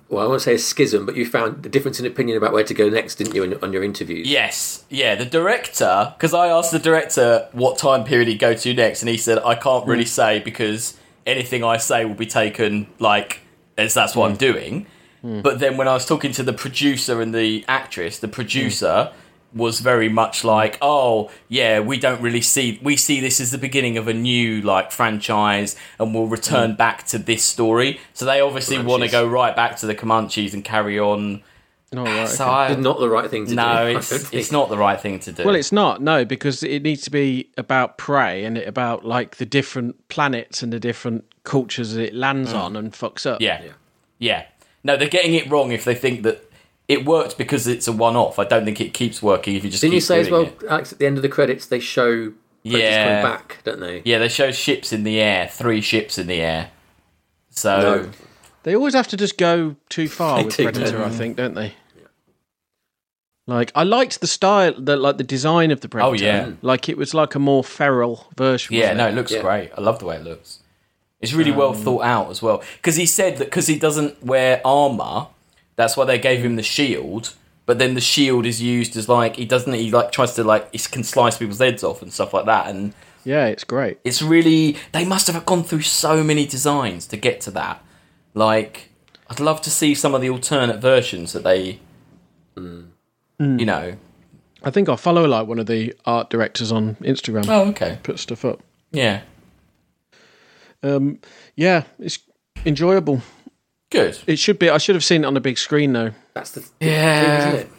Speaker 2: well, I won't say a schism, but you found the difference in opinion about where to go next, didn't you, in, on your interviews?
Speaker 1: Yes. Yeah, the director, because I asked the director what time period he'd go to next, and he said, I can't really
Speaker 3: Hmm.
Speaker 1: say because anything I say will be taken, like, as that's what I'm
Speaker 3: Hmm.
Speaker 1: doing. But then when I was talking to the producer and the actress, the producer
Speaker 3: Hmm.
Speaker 1: was very much like, oh, yeah, we don't really see, we see this as the beginning of a new, like, franchise, and we'll
Speaker 3: Hmm.
Speaker 1: return back to this story. So they obviously want to
Speaker 2: Comanches.
Speaker 1: go right back to the Comanches and carry on.
Speaker 3: Oh, right,
Speaker 1: So
Speaker 3: okay.
Speaker 1: I,
Speaker 2: Not the right thing to do.
Speaker 1: no,
Speaker 2: I *laughs* don't
Speaker 1: it's,
Speaker 2: think.
Speaker 1: it's not the right thing to do.
Speaker 3: Well, it's not no, because it needs to be about prey and it about like the different planets and the different cultures that it lands on and fucks up.
Speaker 1: Mm. yeah. yeah, No, they're getting it wrong if they think that it worked because it's a one-off. I don't think it keeps working if you just
Speaker 2: Didn't
Speaker 1: keep
Speaker 2: you say as
Speaker 1: doing
Speaker 2: well,
Speaker 1: it.
Speaker 2: Alex? At the end of the credits, they show Predators
Speaker 1: Yeah.
Speaker 2: coming back, don't they?
Speaker 1: Yeah, they show ships in the air, three ships in the air. So
Speaker 2: No.
Speaker 3: They always have to just go too
Speaker 2: *laughs*
Speaker 3: far
Speaker 2: They
Speaker 3: with
Speaker 2: do,
Speaker 3: Predator,
Speaker 2: don't
Speaker 3: I think, don't they? Like I liked the style, the like the design of the Predator.
Speaker 1: yeah.
Speaker 3: like it was like a more feral version.
Speaker 1: yeah,
Speaker 3: wasn't
Speaker 1: no,
Speaker 3: it?
Speaker 1: it looks
Speaker 2: Oh, Yeah. Um,
Speaker 1: great. I love the way it looks. It's really well thought out as well. Because he said that because he doesn't wear armor, that's why they gave him the shield. But then the shield is used as like he doesn't he like tries to like he can slice people's heads off and stuff like that and
Speaker 3: yeah, it's great.
Speaker 1: it's really they must have gone through so many designs to get to that like i'd love to see some of the alternate versions that they you know
Speaker 3: I think I follow like one of the art directors on Instagram.
Speaker 1: oh okay
Speaker 3: Put stuff up.
Speaker 1: yeah
Speaker 3: Um, yeah, it's enjoyable.
Speaker 1: good
Speaker 3: It should be. I should have seen it on a big screen though.
Speaker 2: That's the
Speaker 1: Yeah.
Speaker 2: thing, isn't it?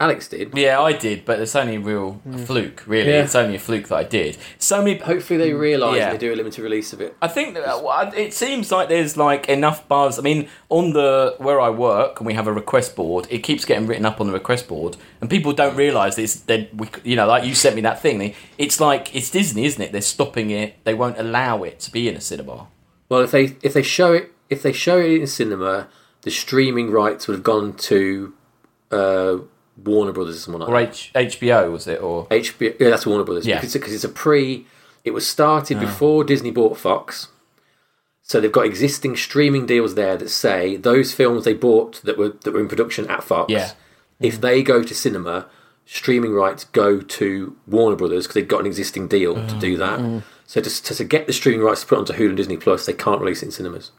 Speaker 2: Alex did.
Speaker 1: yeah i did but it's only a real fluke really
Speaker 2: Yeah.
Speaker 1: it's only a fluke that i did so many
Speaker 2: Hopefully, they realise
Speaker 1: Mm. Yeah.
Speaker 2: they do a limited release of it.
Speaker 1: I think that uh, well, it seems like there's like enough buzz. I mean, on the where I work and we have a request board, it keeps getting written up on the request board, and people don't realise this. That we, you know, like you sent me that thing. It's like it's Disney, isn't it? They're stopping it. They won't allow it to be in a cinema.
Speaker 2: Well, if they if they show it if they show it in cinema, the streaming rights would have gone to uh, Warner Brothers or someone like that.
Speaker 1: Or H- HBO was it? Or
Speaker 2: HBO. Yeah, that's Warner Brothers.
Speaker 1: Yeah. Ah.
Speaker 2: because, because it's a pre. It was started before Disney bought Fox, so they've got existing streaming deals there that say those films they bought that were that were in production at Fox.
Speaker 1: Yeah. Mm.
Speaker 2: If they go to cinema, streaming rights go to Warner Brothers because they've got an existing deal to do
Speaker 1: Mm.
Speaker 2: that. So to, to, to get the streaming rights to put onto Hulu and Disney Plus, they can't release it in cinemas.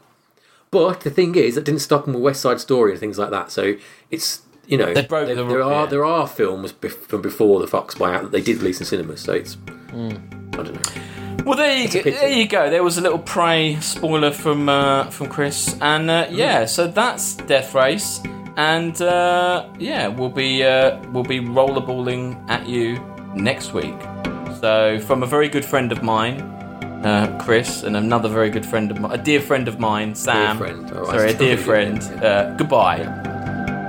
Speaker 2: But the thing is, that didn't stop them with West Side Story and things like that. So it's you know
Speaker 1: They broke
Speaker 2: there,
Speaker 1: the-
Speaker 2: there are
Speaker 1: yeah.
Speaker 2: there are films bef- from before the Fox buyout that they did release in cinemas. So it's
Speaker 1: Hmm.
Speaker 2: I don't know.
Speaker 1: well, there you,
Speaker 2: a pity.
Speaker 1: there you go. There was a little prey spoiler from uh, from Chris, and uh,
Speaker 2: Mm.
Speaker 1: yeah, so that's Death Race, and uh, yeah, we'll be uh, we'll be rollerballing at you next week. So from a very good friend of mine, uh, Chris, and another very good friend of mine, a dear friend of mine, Sam.
Speaker 2: friend. Oh, I
Speaker 1: Sorry, a
Speaker 2: see.
Speaker 1: dear friend. Uh, goodbye.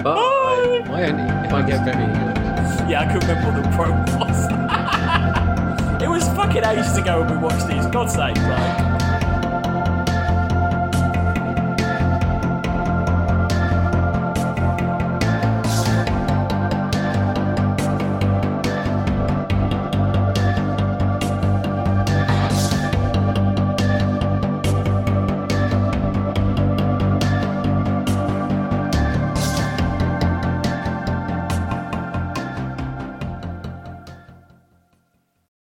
Speaker 1: Bye.
Speaker 3: I only, if I get very.
Speaker 1: Yeah, I couldn't remember what the *laughs* quote was. it was fucking ages ago when we watched these. God's sake, like.